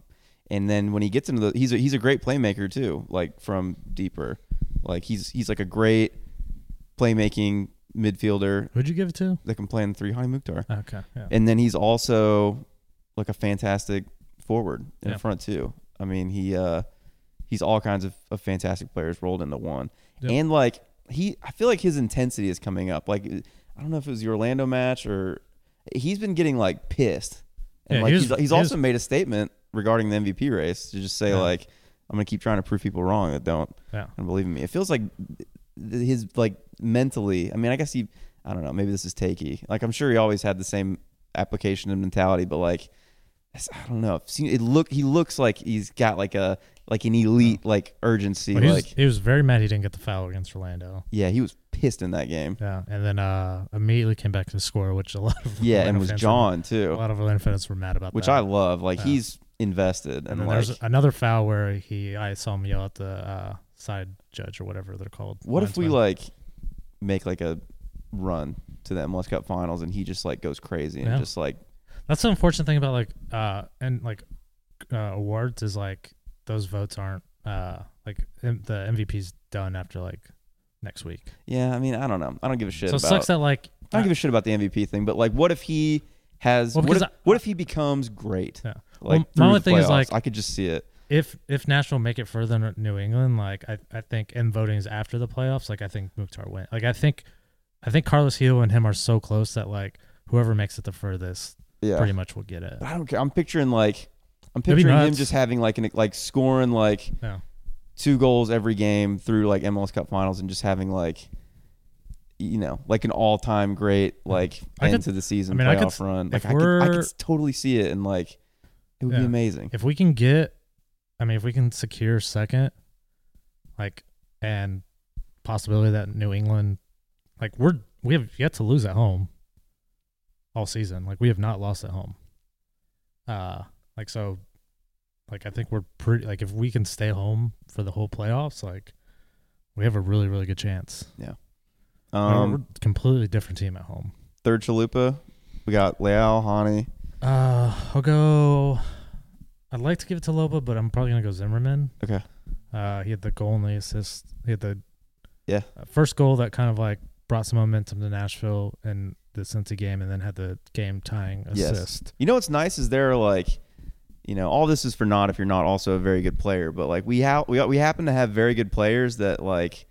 Speaker 1: and then when he gets into the, he's a, he's a great playmaker too. Like from deeper, like he's he's like a great playmaking midfielder
Speaker 2: Who'd you give it to?
Speaker 1: that can play in three. Hani Mukhtar.
Speaker 2: Okay. Yeah.
Speaker 1: And then he's also like a fantastic forward in
Speaker 2: Yeah.
Speaker 1: front too. I mean, he uh he's all kinds of, of fantastic players rolled into one.
Speaker 2: Yep.
Speaker 1: And like he I feel like his intensity is coming up. Like I don't know if it was the Orlando match or he's been getting like pissed. And
Speaker 2: Yeah,
Speaker 1: like
Speaker 2: here's-
Speaker 1: he's, he's
Speaker 2: here's-
Speaker 1: also made a statement regarding the MVP race to just say
Speaker 2: Yeah.
Speaker 1: like I'm going to keep trying to prove people wrong that don't
Speaker 2: yeah.
Speaker 1: and believe in me. It feels like th- his like mentally. I mean, I guess he. I don't know. Maybe this is takey. Like I'm sure he always had the same application and mentality, but like it's- I don't know. I've seen it look. He looks like he's got like a like an elite like urgency.
Speaker 2: Well, he, was,
Speaker 1: like
Speaker 2: he was very mad he didn't get the foul against Orlando.
Speaker 1: yeah, he was pissed in that game.
Speaker 2: Yeah, and then uh, immediately came back to score, which a lot of
Speaker 1: Yeah, and
Speaker 2: Orlando
Speaker 1: was
Speaker 2: fans
Speaker 1: John
Speaker 2: were, a
Speaker 1: too,
Speaker 2: lot of Orlando fans were mad about
Speaker 1: which
Speaker 2: that.
Speaker 1: I love. Like
Speaker 2: Yeah.
Speaker 1: he's invested
Speaker 2: and
Speaker 1: and
Speaker 2: then
Speaker 1: like.
Speaker 2: there's another foul where he I saw him yell at the uh, side judge or whatever they're called.
Speaker 1: What if we
Speaker 2: linesman.
Speaker 1: like make like a run to the MLS Cup Finals and he just like goes crazy and
Speaker 2: Yeah.
Speaker 1: just like
Speaker 2: That's the unfortunate thing about like uh and like uh, awards is like those votes aren't uh like M- the MVP's done after like next week.
Speaker 1: yeah. I mean, I don't know. I don't give a shit.
Speaker 2: so it
Speaker 1: about,
Speaker 2: sucks that like
Speaker 1: I
Speaker 2: uh,
Speaker 1: don't give a shit about the MVP thing, but like, what if he has?
Speaker 2: Well,
Speaker 1: what, if,
Speaker 2: because I-
Speaker 1: what if he becomes great?
Speaker 2: Yeah. Well,
Speaker 1: Like,
Speaker 2: my
Speaker 1: through
Speaker 2: only
Speaker 1: the
Speaker 2: thing is,
Speaker 1: playoffs?
Speaker 2: like-
Speaker 1: I could just see it.
Speaker 2: if if Nashville make it further than New England, like I, I think and voting is after the playoffs, like I think Mukhtar win. Like I think I think Carlos Hill and him are so close that like whoever makes it the furthest
Speaker 1: Yeah,
Speaker 2: pretty much will get it.
Speaker 1: but I don't care. I'm picturing like, I'm
Speaker 2: It'd be
Speaker 1: picturing him
Speaker 2: nuts.
Speaker 1: just having like an like scoring like
Speaker 2: Yeah.
Speaker 1: two goals every game through like MLS Cup Finals and just having like, you know, like an all time great like
Speaker 2: I
Speaker 1: end
Speaker 2: could-
Speaker 1: to the season
Speaker 2: I mean, I
Speaker 1: playoff
Speaker 2: could s-
Speaker 1: run. Like
Speaker 2: if
Speaker 1: I could, I
Speaker 2: we're-
Speaker 1: could s- totally see it and like, it would be
Speaker 2: Yeah.
Speaker 1: amazing.
Speaker 2: If we can get I mean if we can secure second, like and possibility that New England like we're we have yet to lose at home all season. Like we have not lost at home. Uh like so like I think we're pretty like if we can stay home for the whole playoffs, like we have a really, really good chance. I mean, we're
Speaker 1: Um,
Speaker 2: a completely different team at home.
Speaker 1: third Chalupa, we got Leal, Hani.
Speaker 2: Uh I'll go I'd like to give it to Loba, but I'm probably gonna go Zimmerman.
Speaker 1: Okay,
Speaker 2: Uh, he had the goal and the assist. He had the
Speaker 1: Yeah.
Speaker 2: uh, first goal that kind of like brought some momentum to Nashville and the Cincy game, and then had the game tying
Speaker 1: Yes.
Speaker 2: assist.
Speaker 1: You know what's nice is they're like, you know, all this is for naught if you're not also a very good player. But like we ha- we we happen to have very good players that like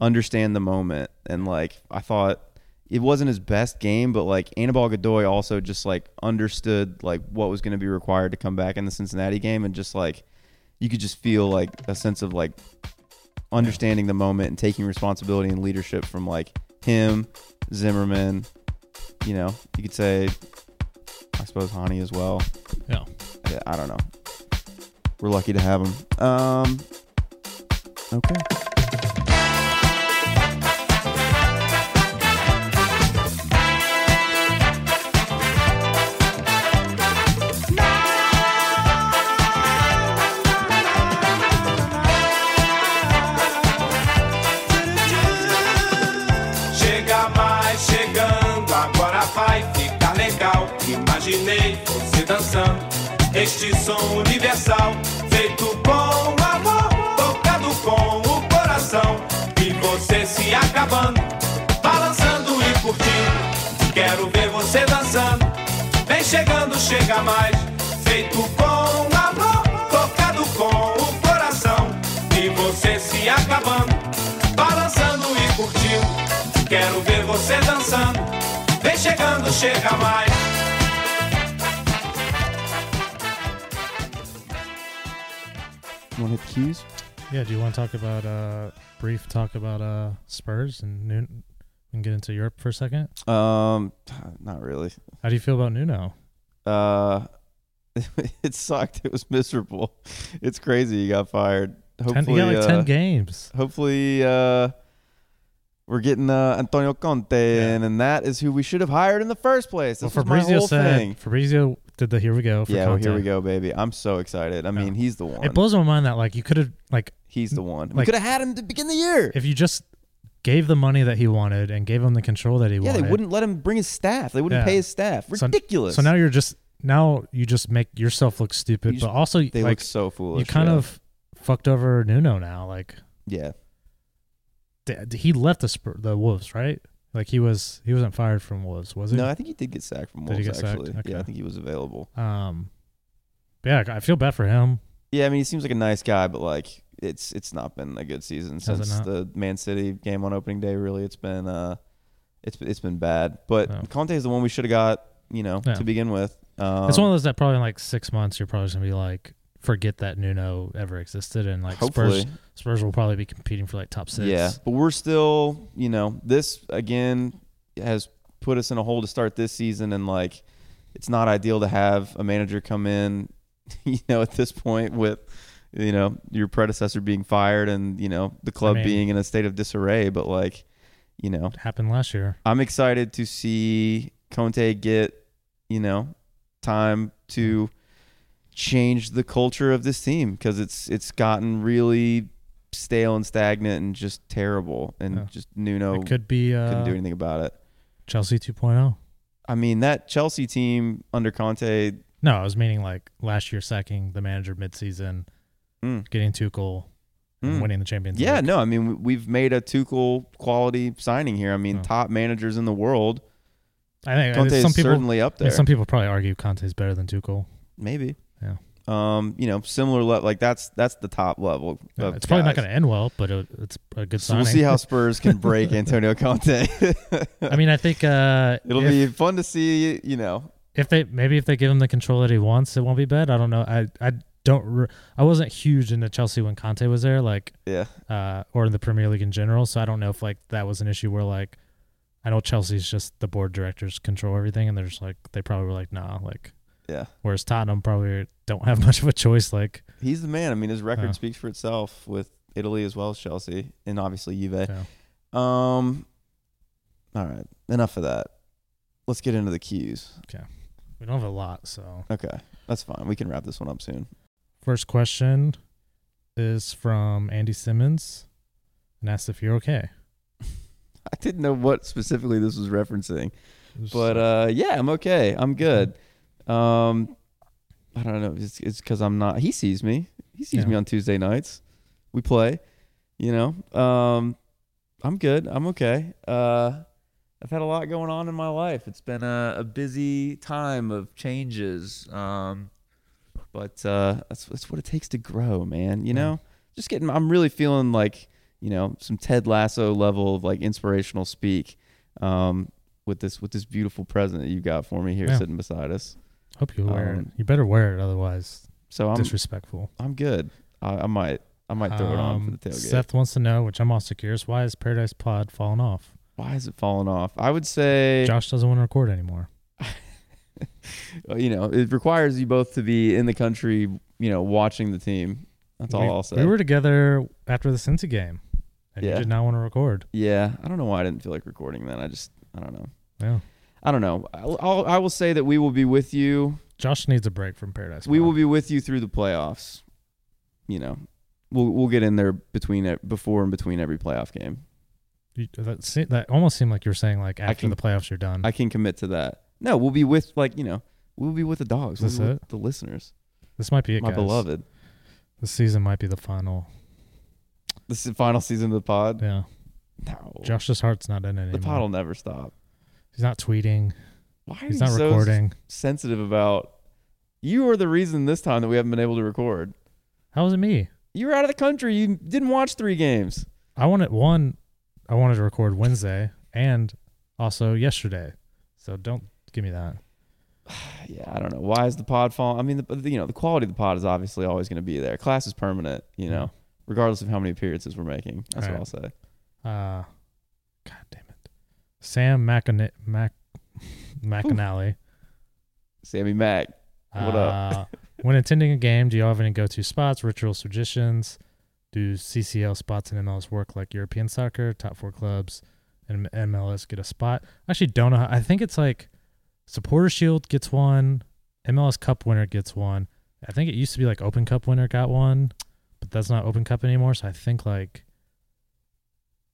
Speaker 1: understand the moment and like I thought it wasn't his best game, but like Anibal Godoy also just like understood like what was going to be required to come back in the Cincinnati game and just like you could just feel like a sense of like understanding the moment and taking responsibility and leadership from like him, Zimmerman, you know, you could say I suppose Hani as well.
Speaker 2: Yeah.
Speaker 1: Yeah, I don't know. We're lucky to have him. Um, okay.
Speaker 3: Chega mais, chegando, agora vai ficar legal. Imaginei você dançando este som universal, feito com amor, tocado com o coração. E você se acabando, balançando e curtindo. Quero ver você dançando, vem chegando, chega mais, feito com amor, tocado com o coração. E você se acabando balançando e curtindo. Quero ver você dançando. Vem chegando, chega mais.
Speaker 1: You want to hit the cues?
Speaker 2: Yeah. Do you want to talk about uh brief talk about uh Spurs and Noon? We can get into Europe for a second.
Speaker 1: Um, not really.
Speaker 2: How do you feel about Nuno?
Speaker 1: Uh, it sucked. It was miserable. It's crazy. You got fired.
Speaker 2: Ten, he
Speaker 1: Hopefully,
Speaker 2: got like
Speaker 1: uh,
Speaker 2: ten games.
Speaker 1: hopefully, uh, we're getting uh, Antonio Conte,
Speaker 2: Yeah.
Speaker 1: in, and that is who we should have hired in the first place.
Speaker 2: Well,
Speaker 1: This was my
Speaker 2: Fabrizio
Speaker 1: whole
Speaker 2: said
Speaker 1: thing.
Speaker 2: Fabrizio did the here we go. For
Speaker 1: yeah, well, here we
Speaker 2: content.
Speaker 1: go, baby. I'm so excited. I mean, he's the one.
Speaker 2: It blows my mind that like you could have like
Speaker 1: he's the one. we
Speaker 2: like-
Speaker 1: could have had him to begin the year.
Speaker 2: if you just gave the money that he wanted and gave him the control that he
Speaker 1: yeah,
Speaker 2: wanted.
Speaker 1: they wouldn't let him bring his staff. They wouldn't
Speaker 2: Yeah.
Speaker 1: pay his staff.
Speaker 2: So-
Speaker 1: Ridiculous.
Speaker 2: So, now you're just now you just make yourself look stupid,
Speaker 1: You
Speaker 2: but also
Speaker 1: they
Speaker 2: like
Speaker 1: look so foolish.
Speaker 2: you kind
Speaker 1: yeah.
Speaker 2: of fucked over Nuno now. Like
Speaker 1: yeah.
Speaker 2: d- d- he left the Spur- the Wolves, right? Like he was he wasn't fired from Wolves, was he?
Speaker 1: No, I think he did get sacked from
Speaker 2: Did
Speaker 1: Wolves.
Speaker 2: he get sacked?
Speaker 1: actually, yeah,
Speaker 2: Okay.
Speaker 1: I think he was available.
Speaker 2: Um, but yeah, I feel bad for him.
Speaker 1: Yeah, I mean, he seems like a nice guy, but like it's it's not been a good season
Speaker 2: it
Speaker 1: since
Speaker 2: not?
Speaker 1: the Man City game on opening day. Really, it's been uh, it's it's been bad. But
Speaker 2: No.
Speaker 1: Conte is the one we should have got, you know,
Speaker 2: Oh. Yeah.
Speaker 1: to begin with. Um,
Speaker 2: it's one of those that probably in like six months you're probably just gonna be like forget that Nuno ever existed, and like
Speaker 1: Um, hopefully,
Speaker 2: Spurs Spurs will probably be competing for like top six.
Speaker 1: yeah. But we're still, you know, this again has put us in a hole to start this season, and like it's not ideal to have a manager come in, you know, at this point with. You know your predecessor being fired, and you know the club
Speaker 2: mean-
Speaker 1: being in a state of disarray. But like, you know,
Speaker 2: happened last year.
Speaker 1: I'm excited to see Conte get, you know, time to change the culture of this team because it's it's gotten really stale and stagnant and just terrible and
Speaker 2: Yeah.
Speaker 1: just Nuno
Speaker 2: it could be uh,
Speaker 1: couldn't do anything about it.
Speaker 2: Chelsea oh. 2.0.
Speaker 1: I mean that Chelsea team under Conte, mm,
Speaker 2: No, I was meaning like last year sacking the manager midseason,
Speaker 1: Mm.
Speaker 2: getting Tuchel,
Speaker 1: Mm.
Speaker 2: and winning the Champions
Speaker 1: yeah,
Speaker 2: League.
Speaker 1: no, I mean we- we've made a Tuchel quality signing here. I mean
Speaker 2: Oh.
Speaker 1: top managers in the world,
Speaker 2: I think
Speaker 1: Conte
Speaker 2: some
Speaker 1: is
Speaker 2: people
Speaker 1: certainly up
Speaker 2: yeah,
Speaker 1: there.
Speaker 2: some people probably argue Conte's better than Tuchel.
Speaker 1: Maybe,
Speaker 2: Yeah.
Speaker 1: Um, you know, similar le- like that's that's the top level.
Speaker 2: Yeah,
Speaker 1: of
Speaker 2: Uh, it's probably
Speaker 1: guys.
Speaker 2: not going to end well, but it, it's a good
Speaker 1: So
Speaker 2: signing.
Speaker 1: we'll see how Spurs can break Antonio Conte.
Speaker 2: I mean, I think uh,
Speaker 1: It'll
Speaker 2: if,
Speaker 1: be fun to see, you know.
Speaker 2: if they maybe if they give him the control that he wants, it won't be bad. I don't know. I I don't. Re- I wasn't huge into Chelsea when Conte was there, like
Speaker 1: Yeah.
Speaker 2: uh, or in the Premier League in general. So I don't know if like that was an issue where like I know Chelsea's just the board directors control everything, and they're just like they probably were like nah, like
Speaker 1: Yeah.
Speaker 2: Whereas Tottenham probably don't have much of a choice. Like
Speaker 1: He's the man. I mean, his record
Speaker 2: Yeah.
Speaker 1: speaks for itself with Italy as well as Chelsea and obviously Juve.
Speaker 2: Yeah.
Speaker 1: Um All right. Enough of that. Let's get into the cues.
Speaker 2: we don't have a lot. So
Speaker 1: Okay. That's fine. We can wrap this one up soon.
Speaker 2: first question is from Andy Simmons, and asks if you're okay.
Speaker 1: I didn't know what specifically this was referencing.
Speaker 2: It was-
Speaker 1: But uh, yeah, I'm okay. I'm good. Um, I don't know. It's it's because I'm not. He sees me. He sees
Speaker 2: Yeah.
Speaker 1: me on Tuesday nights. We play. You know. Um, I'm good. I'm okay. Uh,
Speaker 4: I've had a lot going on in my life. It's been a, a busy time of changes. Um,
Speaker 1: but uh, that's that's what it takes to grow, man. You
Speaker 2: Yeah.
Speaker 1: know. Just getting. I'm really feeling like you know some Ted Lasso level of like inspirational speak. Um, with this with this beautiful present that you got for me here
Speaker 2: Yeah.
Speaker 1: sitting beside us.
Speaker 2: hope you wear it.
Speaker 1: um,
Speaker 2: You better wear it, otherwise
Speaker 1: So I'm
Speaker 2: disrespectful.
Speaker 1: I'm good. I, I might I might throw it on for
Speaker 2: Um,
Speaker 1: the tailgate.
Speaker 2: Seth wants to know, which I'm also curious, why is Paradise Pod falling off?
Speaker 1: Why is it falling off? I would say,
Speaker 2: Josh doesn't want to record anymore.
Speaker 1: uh, you know, it requires you both to be in the country, you know, watching the team. That's all
Speaker 2: we,
Speaker 1: I'll say.
Speaker 2: We were together after the Cincy game, and
Speaker 1: Yeah.
Speaker 2: you did not want to record.
Speaker 1: yeah, I don't know why I didn't feel like recording then. I just, I don't know.
Speaker 2: Yeah.
Speaker 1: I don't know. I'll, I'll, I will say that we will be with you.
Speaker 2: Josh needs a break from Paradise.
Speaker 1: We
Speaker 2: Pod.
Speaker 1: will be with you through the playoffs. You know, we'll we'll get in there between it before and between every playoff game.
Speaker 2: You- that, se- that almost seemed like you were saying like after
Speaker 1: can-
Speaker 2: the playoffs you're done.
Speaker 1: I can commit to that. No, we'll be with like you know, we'll be with the dogs. We'll
Speaker 2: Is
Speaker 1: be
Speaker 2: this
Speaker 1: with the listeners,
Speaker 2: this might be it,
Speaker 1: my
Speaker 2: guys.
Speaker 1: beloved.
Speaker 2: This season might be the final.
Speaker 1: This is the final season of the pod.
Speaker 2: Yeah,
Speaker 1: No,
Speaker 2: Josh's heart's not in it
Speaker 1: the
Speaker 2: anymore.
Speaker 1: pod will never stop.
Speaker 2: He's not tweeting.
Speaker 1: Why are
Speaker 2: He's
Speaker 1: you
Speaker 2: not
Speaker 1: so
Speaker 2: recording.
Speaker 1: sensitive about? You are the reason this time that we haven't been able to record.
Speaker 2: How was it me?
Speaker 1: You were out of the country. You didn't watch three games.
Speaker 2: I wanted one. I wanted to record Wednesday and also yesterday. So don't give me that.
Speaker 1: Yeah, I don't know. Why is the pod falling? I mean, the, the- you know, the quality of the pod is obviously always going to be there. Class is permanent. You know, regardless of how many appearances we're making. That's
Speaker 2: Right.
Speaker 1: what I'll say.
Speaker 2: Uh, God damn it. Sam McAna- Mac- McAnally.
Speaker 1: Sammy Mac. What
Speaker 2: uh, when attending a game, do you have any go to spots, ritual suggestions? Do CCL spots in MLS work like European soccer? Top four clubs and M- MLS get a spot? I actually don't know. how- I think it's like Supporter Shield gets one, MLS Cup winner gets one. I think it used to be like Open Cup winner got one, but that's not Open Cup anymore. So I think like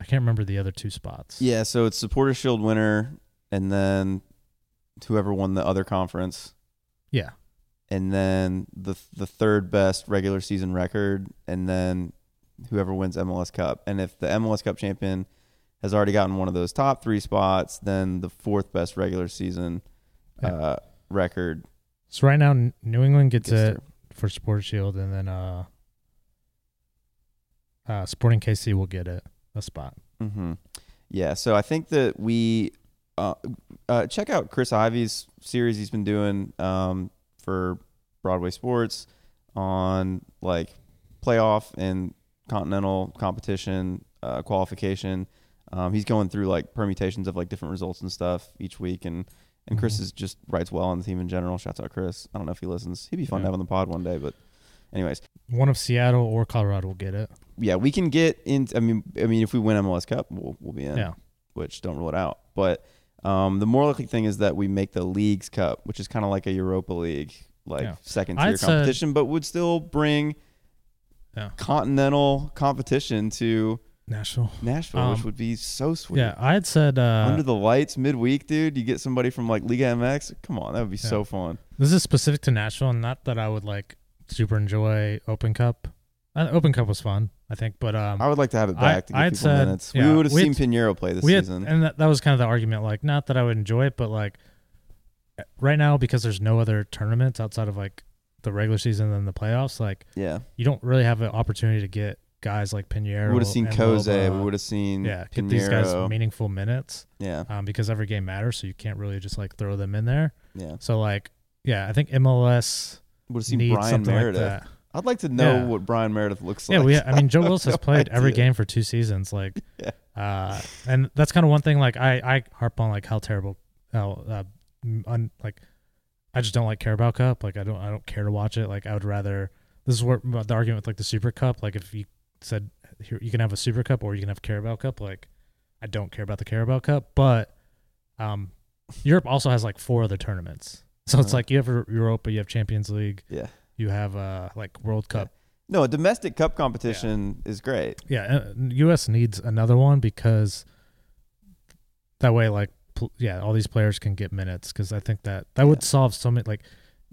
Speaker 2: I can't remember the other two spots.
Speaker 1: Yeah, so it's supporter shield winner and then whoever won the other conference
Speaker 2: Yeah.
Speaker 1: and then the the third best regular season record and then whoever wins MLS Cup. And if the MLS Cup champion has already gotten one of those top 3 spots, then the fourth best regular season uh, record
Speaker 2: So right now N- New England gets,
Speaker 1: gets
Speaker 2: it for Sports Shield, and then uh, uh, Sporting KC will get it a spot.
Speaker 1: Mm-hmm. Yeah. So I think that we uh, uh, check out Chris Ivy's series he's been doing um, for Broadway Sports on like playoff and continental competition uh, qualification. Um, he's going through like permutations of like different results and stuff each week, and and Chris
Speaker 2: Mhm.
Speaker 1: is just writes well on the team in general. Shouts out Chris. I don't know if he listens. He'd be fun
Speaker 2: Yeah.
Speaker 1: to have on the pod one day, but anyways
Speaker 2: One of Seattle or Colorado will get it.
Speaker 1: yeah, we can get in. I mean, I mean, if we win MLS Cup, we'll we'll be in.
Speaker 2: Yeah.
Speaker 1: Which don't rule it out. But um, the more likely thing is that we make the league's cup, which is kind of like a Europa League, like
Speaker 2: Yeah.
Speaker 1: second tier
Speaker 2: I'd say-
Speaker 1: competition, but would still bring
Speaker 2: Yeah.
Speaker 1: continental competition to
Speaker 2: National.
Speaker 1: Nashville, which
Speaker 2: Um,
Speaker 1: would be so sweet.
Speaker 2: Yeah, I had said uh,
Speaker 1: Under the lights midweek, dude, you get somebody from like Liga MX. Come on, that would be so fun.
Speaker 2: This is specific to Nashville, and not that I would like super enjoy Open Cup. Uh, Open Cup was fun, I think, but um,
Speaker 1: I would like to have it
Speaker 2: I-
Speaker 1: back to give
Speaker 2: I'd
Speaker 1: people
Speaker 2: said-
Speaker 1: minutes.
Speaker 2: yeah,
Speaker 1: we would have
Speaker 2: we
Speaker 1: seen
Speaker 2: had-
Speaker 1: Pinheiro play this
Speaker 2: we had,
Speaker 1: season.
Speaker 2: and that, that was kind of the argument. Like, not that I would enjoy it, but like right now because there's no other tournaments outside of like the regular season and the playoffs. Like,
Speaker 1: yeah.
Speaker 2: you don't really have an opportunity to get guys like Pinheiro.
Speaker 1: We would have seen
Speaker 2: and
Speaker 1: Koze.
Speaker 2: Loba.
Speaker 1: We would have seen
Speaker 2: yeah, get these guys
Speaker 1: Pinheiro.
Speaker 2: meaningful minutes
Speaker 1: Yeah,
Speaker 2: um, because every game matters, so you can't really just like throw them in there.
Speaker 1: yeah.
Speaker 2: So like, yeah, I think MLS
Speaker 1: Would have seen
Speaker 2: needs
Speaker 1: Brian
Speaker 2: something
Speaker 1: Meredith.
Speaker 2: like that.
Speaker 1: I'd like to know
Speaker 2: Yeah.
Speaker 1: what Brian Meredith looks
Speaker 2: Yeah,
Speaker 1: like.
Speaker 2: we. I mean, Joe Willis has
Speaker 1: no
Speaker 2: played every
Speaker 1: idea.
Speaker 2: game for two seasons, like,
Speaker 1: Yeah.
Speaker 2: uh, and that's kind of one thing. Like, I I harp on like how terrible, how uh, m- un, like, I just don't like Carabao Cup. Like, I don't I don't care to watch it. Like, I would rather. This is where about the argument with like the Super Cup. Like, if you said here you can have a Super Cup or you can have Carabao Cup, like, I don't care about the Carabao Cup, but, um, Europe also has like four other tournaments. So it's
Speaker 1: Uh-huh.
Speaker 2: like you have E-, Europa, you have Champions League,
Speaker 1: Yeah.
Speaker 2: you have uh like World Cup.
Speaker 1: No, a domestic cup competition is great.
Speaker 2: Yeah, uh, U.S. needs another one because that way, like, pl- yeah, all these players can get minutes because I think that that would
Speaker 1: Yeah.
Speaker 2: solve so many like,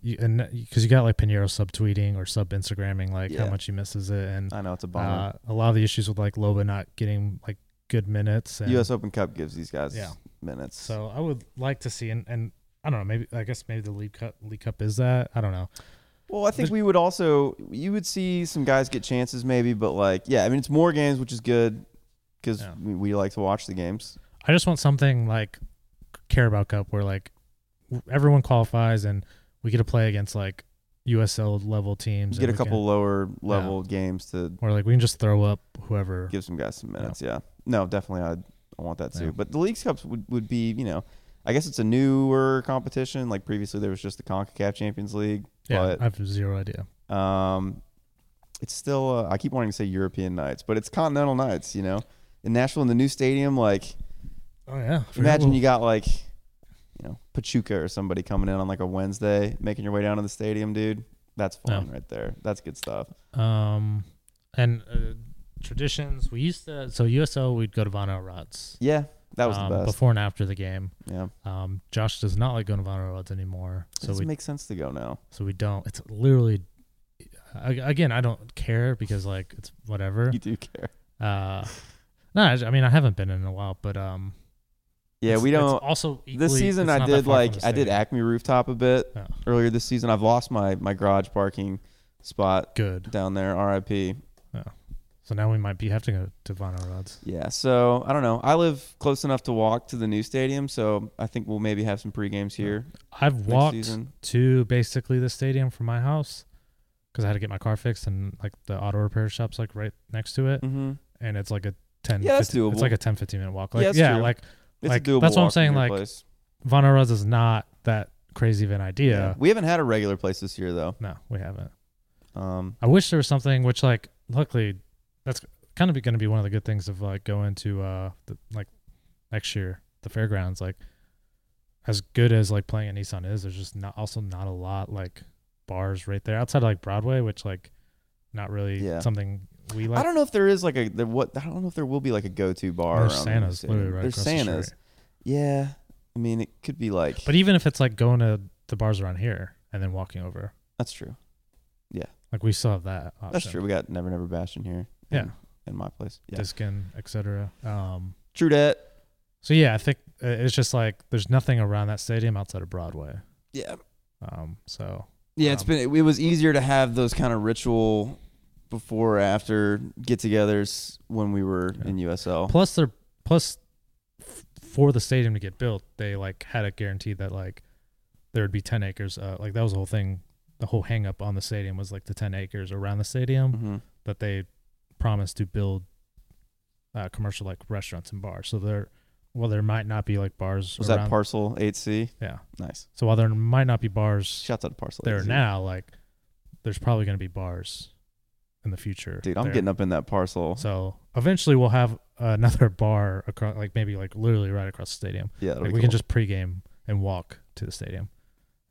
Speaker 2: you, and because you got like Pinheiro subtweeting or sub Instagramming like
Speaker 1: Yeah.
Speaker 2: how much he misses it and
Speaker 1: I know it's a bummer.
Speaker 2: uh, a lot of the issues with like Loba not getting like good minutes. And,
Speaker 1: U.S. Open Cup gives these guys
Speaker 2: Yeah.
Speaker 1: minutes.
Speaker 2: So I would like to see and and I don't know maybe I guess maybe the League Cup League Cup is that I don't know.
Speaker 1: well, I think
Speaker 2: there's-
Speaker 1: we would also you would see some guys get chances maybe, but like yeah, I mean it's more games, which is good because
Speaker 2: Yeah.
Speaker 1: we, we like to watch the games.
Speaker 2: I just want something like Carabao Cup where like everyone qualifies and we get to play against like USL level teams.
Speaker 1: Get a
Speaker 2: and we can-
Speaker 1: couple lower level games to
Speaker 2: or like we can just throw up whoever.
Speaker 1: give some guys some minutes. Yeah. No, definitely. I'd, I want that too.
Speaker 2: Yeah.
Speaker 1: But the League's Cups would, would be, you know, I guess it's a newer competition. Like previously, there was just the CONCACAF Champions League.
Speaker 2: Yeah,
Speaker 1: But
Speaker 2: I have zero idea.
Speaker 1: um, it's still, uh, I keep wanting to say European nights, but it's continental nights, you know? In Nashville, in the new stadium, like,
Speaker 2: Oh yeah,
Speaker 1: imagine you got like, you know, Pachuca or somebody coming in on like a Wednesday, making your way down to the stadium, dude. That's fun
Speaker 2: Yeah.
Speaker 1: right there. That's good stuff.
Speaker 2: um and uh, traditions. We used to so USL we'd go to Von Rods.
Speaker 1: Yeah. That was
Speaker 2: um,
Speaker 1: the best.
Speaker 2: before and after the game.
Speaker 1: yeah.
Speaker 2: Um, Josh does not like going to Von Rods anymore, so
Speaker 1: it
Speaker 2: we
Speaker 1: makes sense to go now.
Speaker 2: so we don't. It's literally a- again I don't care because like it's whatever.
Speaker 1: You do care.
Speaker 2: Uh, no, I, I mean I haven't been in a while, but um,
Speaker 1: Yeah,
Speaker 2: it's-
Speaker 1: we
Speaker 2: it's
Speaker 1: don't.
Speaker 2: also, equally,
Speaker 1: this season
Speaker 2: it's
Speaker 1: I
Speaker 2: not that
Speaker 1: did
Speaker 2: far from
Speaker 1: like
Speaker 2: the
Speaker 1: I did
Speaker 2: stadium. Oh,
Speaker 1: Acme rooftop a bit
Speaker 2: Yeah.
Speaker 1: earlier this season. I've lost my my garage parking spot
Speaker 2: good.
Speaker 1: down there. R.I.P.
Speaker 2: So now we might be have to go to Von Rods.
Speaker 1: Yeah. So I don't know. I live close enough to walk to the new stadium, so I think we'll maybe have some pre games here.
Speaker 2: I've walked
Speaker 1: season.
Speaker 2: to basically the stadium from my house because I had to get my car fixed and like the auto repair shop's like right next to it,
Speaker 1: Mm-hmm.
Speaker 2: and it's like a 10
Speaker 1: Yeah, that's
Speaker 2: 15
Speaker 1: doable.
Speaker 2: It's like a 10 15 minute walk.
Speaker 1: Yeah,
Speaker 2: Like,
Speaker 1: that's
Speaker 2: yeah,
Speaker 1: true.
Speaker 2: like
Speaker 1: It's
Speaker 2: Like,
Speaker 1: a doable.
Speaker 2: that's what I'm
Speaker 1: walk from
Speaker 2: saying,
Speaker 1: your
Speaker 2: like,
Speaker 1: place.
Speaker 2: Von Rods is not that crazy of an idea.
Speaker 1: we haven't had a regular place this year though.
Speaker 2: No, we haven't.
Speaker 1: Um,
Speaker 2: I wish there was something which like luckily that's kind of going to be one of the good things of like going to uh the, like next year the fairgrounds like I as good as like playing at Nissan is, there's just not also not a lot like bars right there outside of like Broadway, which like not really
Speaker 1: Yeah.
Speaker 2: something we like.
Speaker 1: I don't know if there is like a there, what I don't know if there will be like a go to bar.
Speaker 2: There's
Speaker 1: around the
Speaker 2: Santa's
Speaker 1: city.
Speaker 2: literally right
Speaker 1: There's
Speaker 2: across the
Speaker 1: Santa's.
Speaker 2: street.
Speaker 1: yeah, I mean it could be like,
Speaker 2: But even if it's like going to the bars around here and then walking over,
Speaker 1: that's true.
Speaker 2: like we still have that. Option.
Speaker 1: That's true. We got Never Never Bash in here.
Speaker 2: Yeah.
Speaker 1: in, in my place. Yeah,
Speaker 2: Diskin, etc. Um,
Speaker 1: true that.
Speaker 2: so yeah, I think uh, it's just like there's nothing around that stadium outside of Broadway.
Speaker 1: Yeah,
Speaker 2: Um, so
Speaker 1: Yeah, it's
Speaker 2: Um,
Speaker 1: been it was easier to have those kind of ritual before or after get-togethers when we were
Speaker 2: Yeah.
Speaker 1: in USL.
Speaker 2: plus they're plus f- for the stadium to get built, they like had it guaranteed that like there would be ten acres. Uh, like that was the whole thing. The whole hang up on the stadium was like the ten acres around the stadium
Speaker 1: hmm
Speaker 2: that they promised to build uh, commercial like restaurants and bars. So there, well, there might not be like bars.
Speaker 1: Was
Speaker 2: around,
Speaker 1: that parcel 8C?
Speaker 2: Yeah.
Speaker 1: Nice.
Speaker 2: So while there might not be bars
Speaker 1: Shouts out to parcel.
Speaker 2: there
Speaker 1: 8C.
Speaker 2: now, like there's probably going to be bars in the future.
Speaker 1: Dude, I'm
Speaker 2: there.
Speaker 1: getting up in that parcel.
Speaker 2: So eventually we'll have another bar across, like maybe like literally right across the stadium.
Speaker 1: yeah, that'll
Speaker 2: Like
Speaker 1: be
Speaker 2: we can
Speaker 1: cool.
Speaker 2: just pregame and walk to the stadium.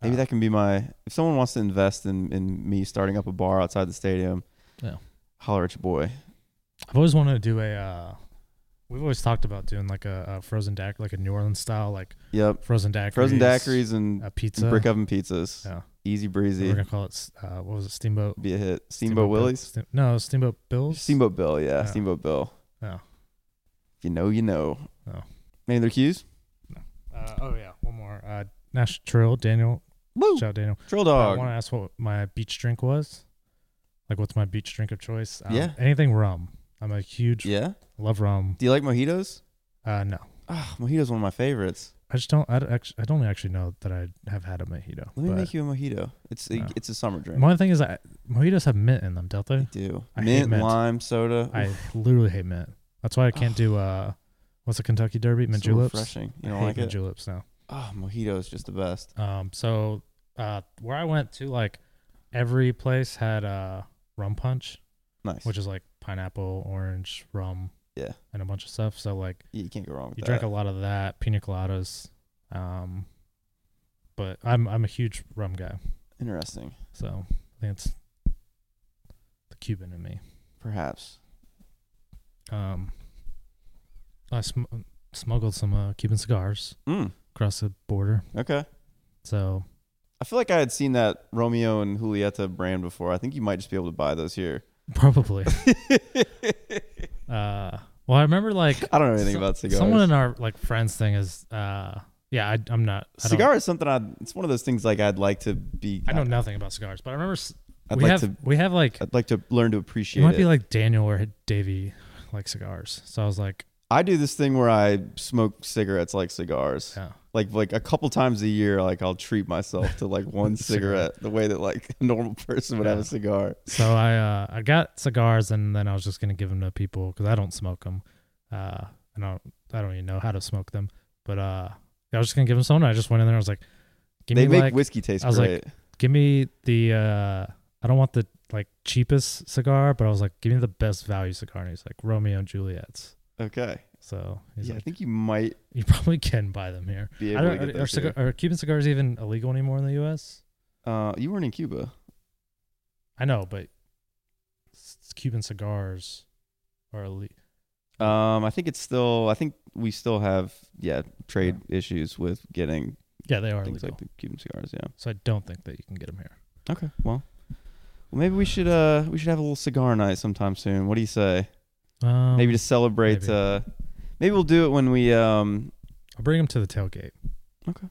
Speaker 1: maybe
Speaker 2: uh,
Speaker 1: that can be my if someone wants to invest in in me starting up a bar outside the stadium.
Speaker 2: Yeah.
Speaker 1: Holler at your boy.
Speaker 2: I've always wanted to do a. Uh, we've always talked about doing like a, a frozen daiquiri, like a New Orleans style, like
Speaker 1: Yep.
Speaker 2: frozen daiquiris,
Speaker 1: Frozen daiquiris and
Speaker 2: a pizza.
Speaker 1: brick oven pizzas.
Speaker 2: Yeah.
Speaker 1: Easy
Speaker 2: We're
Speaker 1: breezy.
Speaker 2: gonna call it. s- Uh, what was it? Steamboat.
Speaker 1: Be a hit. Steamboat,
Speaker 2: Bill-
Speaker 1: Willie's.
Speaker 2: Steam- no, Steamboat Bills. Oh.
Speaker 1: Steamboat Bill, yeah.
Speaker 2: Yeah.
Speaker 1: Steamboat Bill.
Speaker 2: Yeah.
Speaker 1: If you know, you know.
Speaker 2: Yeah.
Speaker 1: Any other cues?
Speaker 2: Uh, oh yeah, one more. Uh, Nash Trill, Daniel.
Speaker 1: Woo!
Speaker 2: Shout out Daniel.
Speaker 1: Trill
Speaker 2: I
Speaker 1: dog.
Speaker 2: want to ask what my beach drink was. Like, what's my beach drink of choice? Um,
Speaker 1: Yeah.
Speaker 2: Anything rum. I'm a huge
Speaker 1: Yeah.
Speaker 2: love rum.
Speaker 1: Do you like mojitos?
Speaker 2: Uh, no,
Speaker 1: Ah, mojitos one of my favorites.
Speaker 2: I just don't. I don't actually, I don't actually know that I have had a mojito.
Speaker 1: Let me
Speaker 2: but
Speaker 1: make you a mojito. It's a,
Speaker 2: No.
Speaker 1: it's a summer drink.
Speaker 2: One thing is that mojitos have mint in them, don't
Speaker 1: I
Speaker 2: they?
Speaker 1: do.
Speaker 2: I hate
Speaker 1: mint,
Speaker 2: mint.
Speaker 1: lime, soda.
Speaker 2: I
Speaker 1: Oof,
Speaker 2: literally hate mint. That's why I can't do uh, what's a Kentucky Derby mint
Speaker 1: so
Speaker 2: juleps.
Speaker 1: refreshing. You
Speaker 2: I
Speaker 1: don't
Speaker 2: hate
Speaker 1: like
Speaker 2: mint
Speaker 1: it?
Speaker 2: juleps now.
Speaker 1: Oh, mojito is just the best.
Speaker 2: Um, so uh, where I went to, like every place had uh rum punch,
Speaker 1: Nice.
Speaker 2: which is like pineapple, orange, rum,
Speaker 1: Yeah.
Speaker 2: and a bunch of stuff. So like
Speaker 1: Yeah, you can't go wrong with
Speaker 2: you
Speaker 1: that.
Speaker 2: drink a lot of that, pina coladas. Um, but I'm I'm a huge rum guy.
Speaker 1: Interesting.
Speaker 2: So I think it's the Cuban in me.
Speaker 1: Perhaps.
Speaker 2: Um, I sm- smuggled some uh, Cuban cigars
Speaker 1: Mm,
Speaker 2: across the border.
Speaker 1: okay.
Speaker 2: So
Speaker 1: I feel like I had seen that Romeo and Julieta brand before. I think you might just be able to buy those here.
Speaker 2: probably. uh, well, I remember like
Speaker 1: I don't know anything
Speaker 2: so-
Speaker 1: about cigars.
Speaker 2: Someone in our like friends thing is uh, yeah, I, I'm not I
Speaker 1: Cigar is something I. It's one of those things like I'd like to be.
Speaker 2: Don't, I know nothing about cigars, but I remember s
Speaker 1: I'd
Speaker 2: we
Speaker 1: like
Speaker 2: have
Speaker 1: to.
Speaker 2: we have like
Speaker 1: I'd like to learn to appreciate.
Speaker 2: it might
Speaker 1: it.
Speaker 2: be like Daniel or Davey like cigars. So I was like,
Speaker 1: I do this thing where I smoke cigarettes like cigars.
Speaker 2: yeah,
Speaker 1: Like like a couple times a year, like I'll treat myself to like one
Speaker 2: Cigarette.
Speaker 1: cigarette, the way that like a normal person would have
Speaker 2: Yeah.
Speaker 1: a cigar.
Speaker 2: So I uh, I got cigars and then I was just gonna give them to people because I don't smoke them, uh, and I don't, I don't even know how to smoke them. But uh, I was just gonna give them someone. I just went in there. I was like, give
Speaker 1: They
Speaker 2: me
Speaker 1: make
Speaker 2: like,
Speaker 1: whiskey taste
Speaker 2: I was like,
Speaker 1: great.
Speaker 2: give me the uh, I don't want the like cheapest cigar, but I was like, give me the best value cigar. And he's like Romeo and Juliet's.
Speaker 1: okay,
Speaker 2: So he's
Speaker 1: yeah, I
Speaker 2: like,
Speaker 1: think you might
Speaker 2: you probably can buy them here.
Speaker 1: be
Speaker 2: I
Speaker 1: able to
Speaker 2: don't,
Speaker 1: get
Speaker 2: are, are,
Speaker 1: those
Speaker 2: cigar,
Speaker 1: here.
Speaker 2: are Cuban cigars even illegal anymore in the U.S.?
Speaker 1: Uh, you weren't in Cuba.
Speaker 2: I know, but s- Cuban cigars are illegal.
Speaker 1: Um, I think it's still. I think we still have yeah trade issues with getting
Speaker 2: Yeah, they are
Speaker 1: things
Speaker 2: illegal.
Speaker 1: like the Cuban cigars. Yeah.
Speaker 2: So I don't think that you can get them here.
Speaker 1: Okay. Well, well, maybe we should uh we should have a little cigar night sometime soon. What do you say?
Speaker 2: Um,
Speaker 1: maybe to celebrate
Speaker 2: maybe.
Speaker 1: uh maybe we'll do it when we um
Speaker 2: I'll bring them to the tailgate.
Speaker 1: Okay.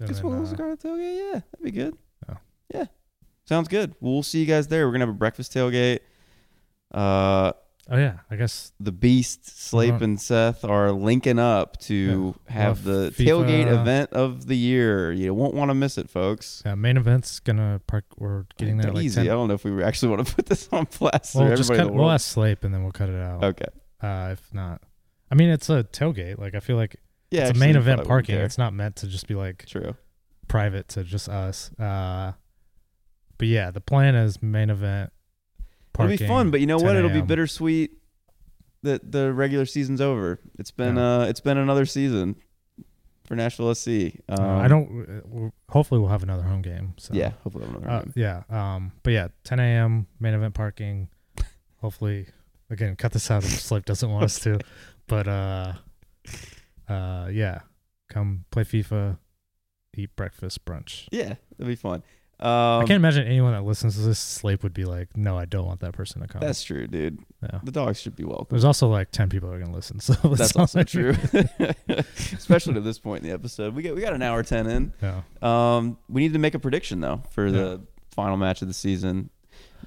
Speaker 2: And
Speaker 1: just
Speaker 2: then,
Speaker 1: one little
Speaker 2: uh,
Speaker 1: cigar at the tailgate yeah that'd be good
Speaker 2: Yeah.
Speaker 1: yeah sounds good we'll see you guys there we're gonna have a breakfast tailgate uh
Speaker 2: oh yeah, I guess
Speaker 1: the beast slape
Speaker 2: Alright.
Speaker 1: and seth are linking up to have
Speaker 2: Mm-hmm. Well,
Speaker 1: the
Speaker 2: FIFA.
Speaker 1: tailgate event of the year you won't want to miss it folks
Speaker 2: uh, main event's gonna park. We're getting there like
Speaker 1: easy
Speaker 2: 10.
Speaker 1: i don't know if we actually want to put this on blast for
Speaker 2: Well, just
Speaker 1: everybody in
Speaker 2: cut,
Speaker 1: the
Speaker 2: we'll
Speaker 1: world.
Speaker 2: ask Slape and then we'll cut it out.
Speaker 1: okay
Speaker 2: Uh, if not, I mean it's a tailgate. Like I feel like
Speaker 1: yeah
Speaker 2: it's a
Speaker 1: actually,
Speaker 2: main
Speaker 1: you
Speaker 2: event
Speaker 1: probably wouldn't
Speaker 2: parking.
Speaker 1: care.
Speaker 2: It's not meant to just be like
Speaker 1: true
Speaker 2: private to just us. Uh, but yeah, the plan is main event. Parking,
Speaker 1: It'll be fun, but you know what?
Speaker 2: 10
Speaker 1: It'll be
Speaker 2: a.m..
Speaker 1: bittersweet that the regular season's over. It's been uh, it's been another season for Nashville SC. Um,
Speaker 2: Uh, I don't. we hopefully, we'll have another home game. So.
Speaker 1: Yeah, hopefully we'll have another
Speaker 2: Uh,
Speaker 1: one.
Speaker 2: yeah. Um. But yeah, 10 a.m. main event parking. Hopefully, again, cut this out if Slip doesn't want us to. But uh, uh, yeah, come play FIFA, eat breakfast, brunch.
Speaker 1: Yeah, that'd be fun. Um,
Speaker 2: I can't imagine anyone that listens to this Slip would be like, no, I don't want that person to come.
Speaker 1: That's true, dude.
Speaker 2: yeah.
Speaker 1: The dogs should be welcome.
Speaker 2: There's also like 10 people that are gonna listen. So it's
Speaker 1: That's
Speaker 2: not
Speaker 1: also
Speaker 2: like-
Speaker 1: true, especially to this point in the episode. We got we got an hour ten in.
Speaker 2: Yeah.
Speaker 1: Um, we need to make a prediction though for the final match of the season.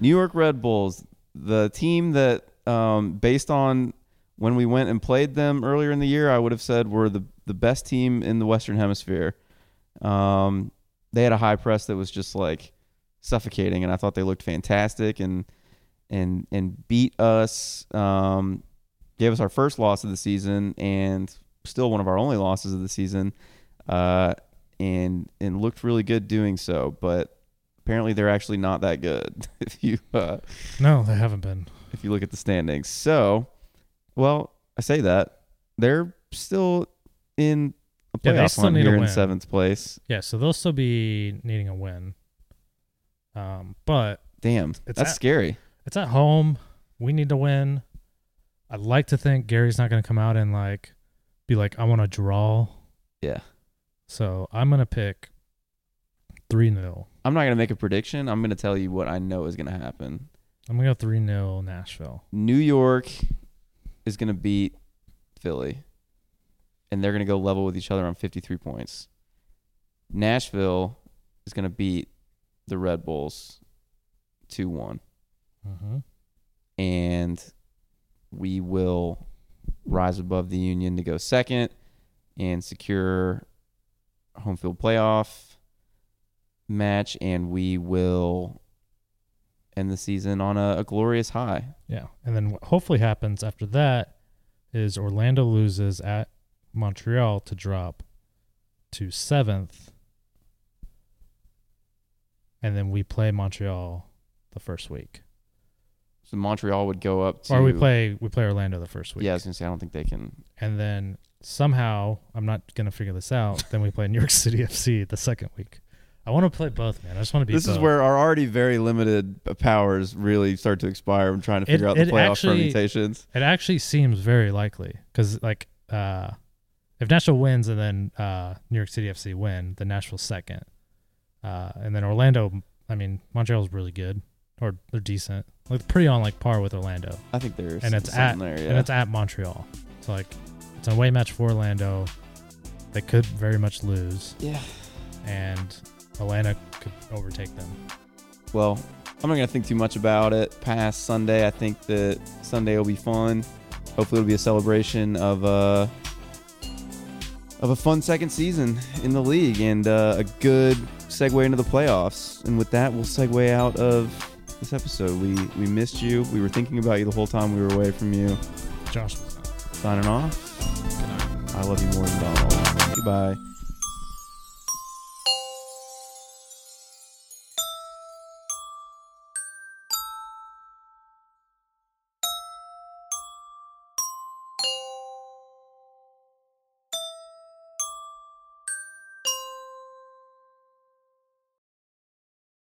Speaker 1: New York Red Bulls, the team that, um, based on when we went and played them earlier in the year, I would have said were the the best team in the Western Hemisphere. Um, they had a high press that was just like suffocating, and I thought they looked fantastic and and and beat us. Um, gave us our first loss of the season and still one of our only losses of the season. Uh, and and looked really good doing so, but apparently they're actually not that good if you uh,
Speaker 2: No, they haven't been.
Speaker 1: if you look at the standings. So, well, I say that they're still in a
Speaker 2: Yeah, they
Speaker 1: playoff
Speaker 2: still
Speaker 1: hunt
Speaker 2: need a
Speaker 1: here in
Speaker 2: win.
Speaker 1: seventh place.
Speaker 2: Yeah. So they'll still be needing a win. Um. But
Speaker 1: Damn,
Speaker 2: It's
Speaker 1: that's
Speaker 2: at-
Speaker 1: scary.
Speaker 2: it's at home. We need to win. I'd like to think Gary's not going to come out and like be like, I want to draw.
Speaker 1: Yeah.
Speaker 2: So I'm going to pick 3 0.
Speaker 1: I'm not gonna make a prediction. I'm gonna tell you what I know is gonna happen.
Speaker 2: I'm going to go 3 0 Nashville.
Speaker 1: New York is gonna beat Philly, and they're gonna go level with each other on 53 points. Nashville is gonna beat the Red Bulls 2 1.
Speaker 2: Mm-hmm.
Speaker 1: and we will rise above the union to go second and secure home field playoff match and we will end the season on a, a glorious high
Speaker 2: Yeah. And then what hopefully happens after that is Orlando loses at Montreal to drop to seventh. And then we play Montreal the first week.
Speaker 1: so montreal would go up to
Speaker 2: Or we play we play Orlando the first week.
Speaker 1: yeah i was gonna say i don't think they can
Speaker 2: and then somehow I'm not gonna figure this out. then we play New York City FC the second week. I want to play both, man. I just want to be.
Speaker 1: this is
Speaker 2: both.
Speaker 1: where our already very limited powers really start to expire i'm trying to
Speaker 2: It-
Speaker 1: figure out the
Speaker 2: it
Speaker 1: playoff
Speaker 2: actually-
Speaker 1: permutations
Speaker 2: it actually seems very likely because like uh, if Nashville wins and then uh, New York City FC win, then Nashville's second, uh, and then Orlando. I mean, Montreal's really good, or they're decent, like pretty on like par with Orlando,
Speaker 1: i think there's
Speaker 2: and it's
Speaker 1: something
Speaker 2: at
Speaker 1: there yeah
Speaker 2: and it's at Montreal. So like, it's an away match for Orlando. They could very much lose.
Speaker 1: yeah
Speaker 2: and Atlanta could overtake them.
Speaker 1: Well, I'm not going to think too much about it past Sunday. I think that Sunday will be fun. Hopefully, it'll be a celebration of uh, of a fun second season in the league and uh, a good segue into the playoffs. And with that, we'll segue out of this episode. We we missed you. We were thinking about you the whole time we were away from you.
Speaker 2: Josh was not.
Speaker 1: Signing off. I love you more than dogs. Goodbye.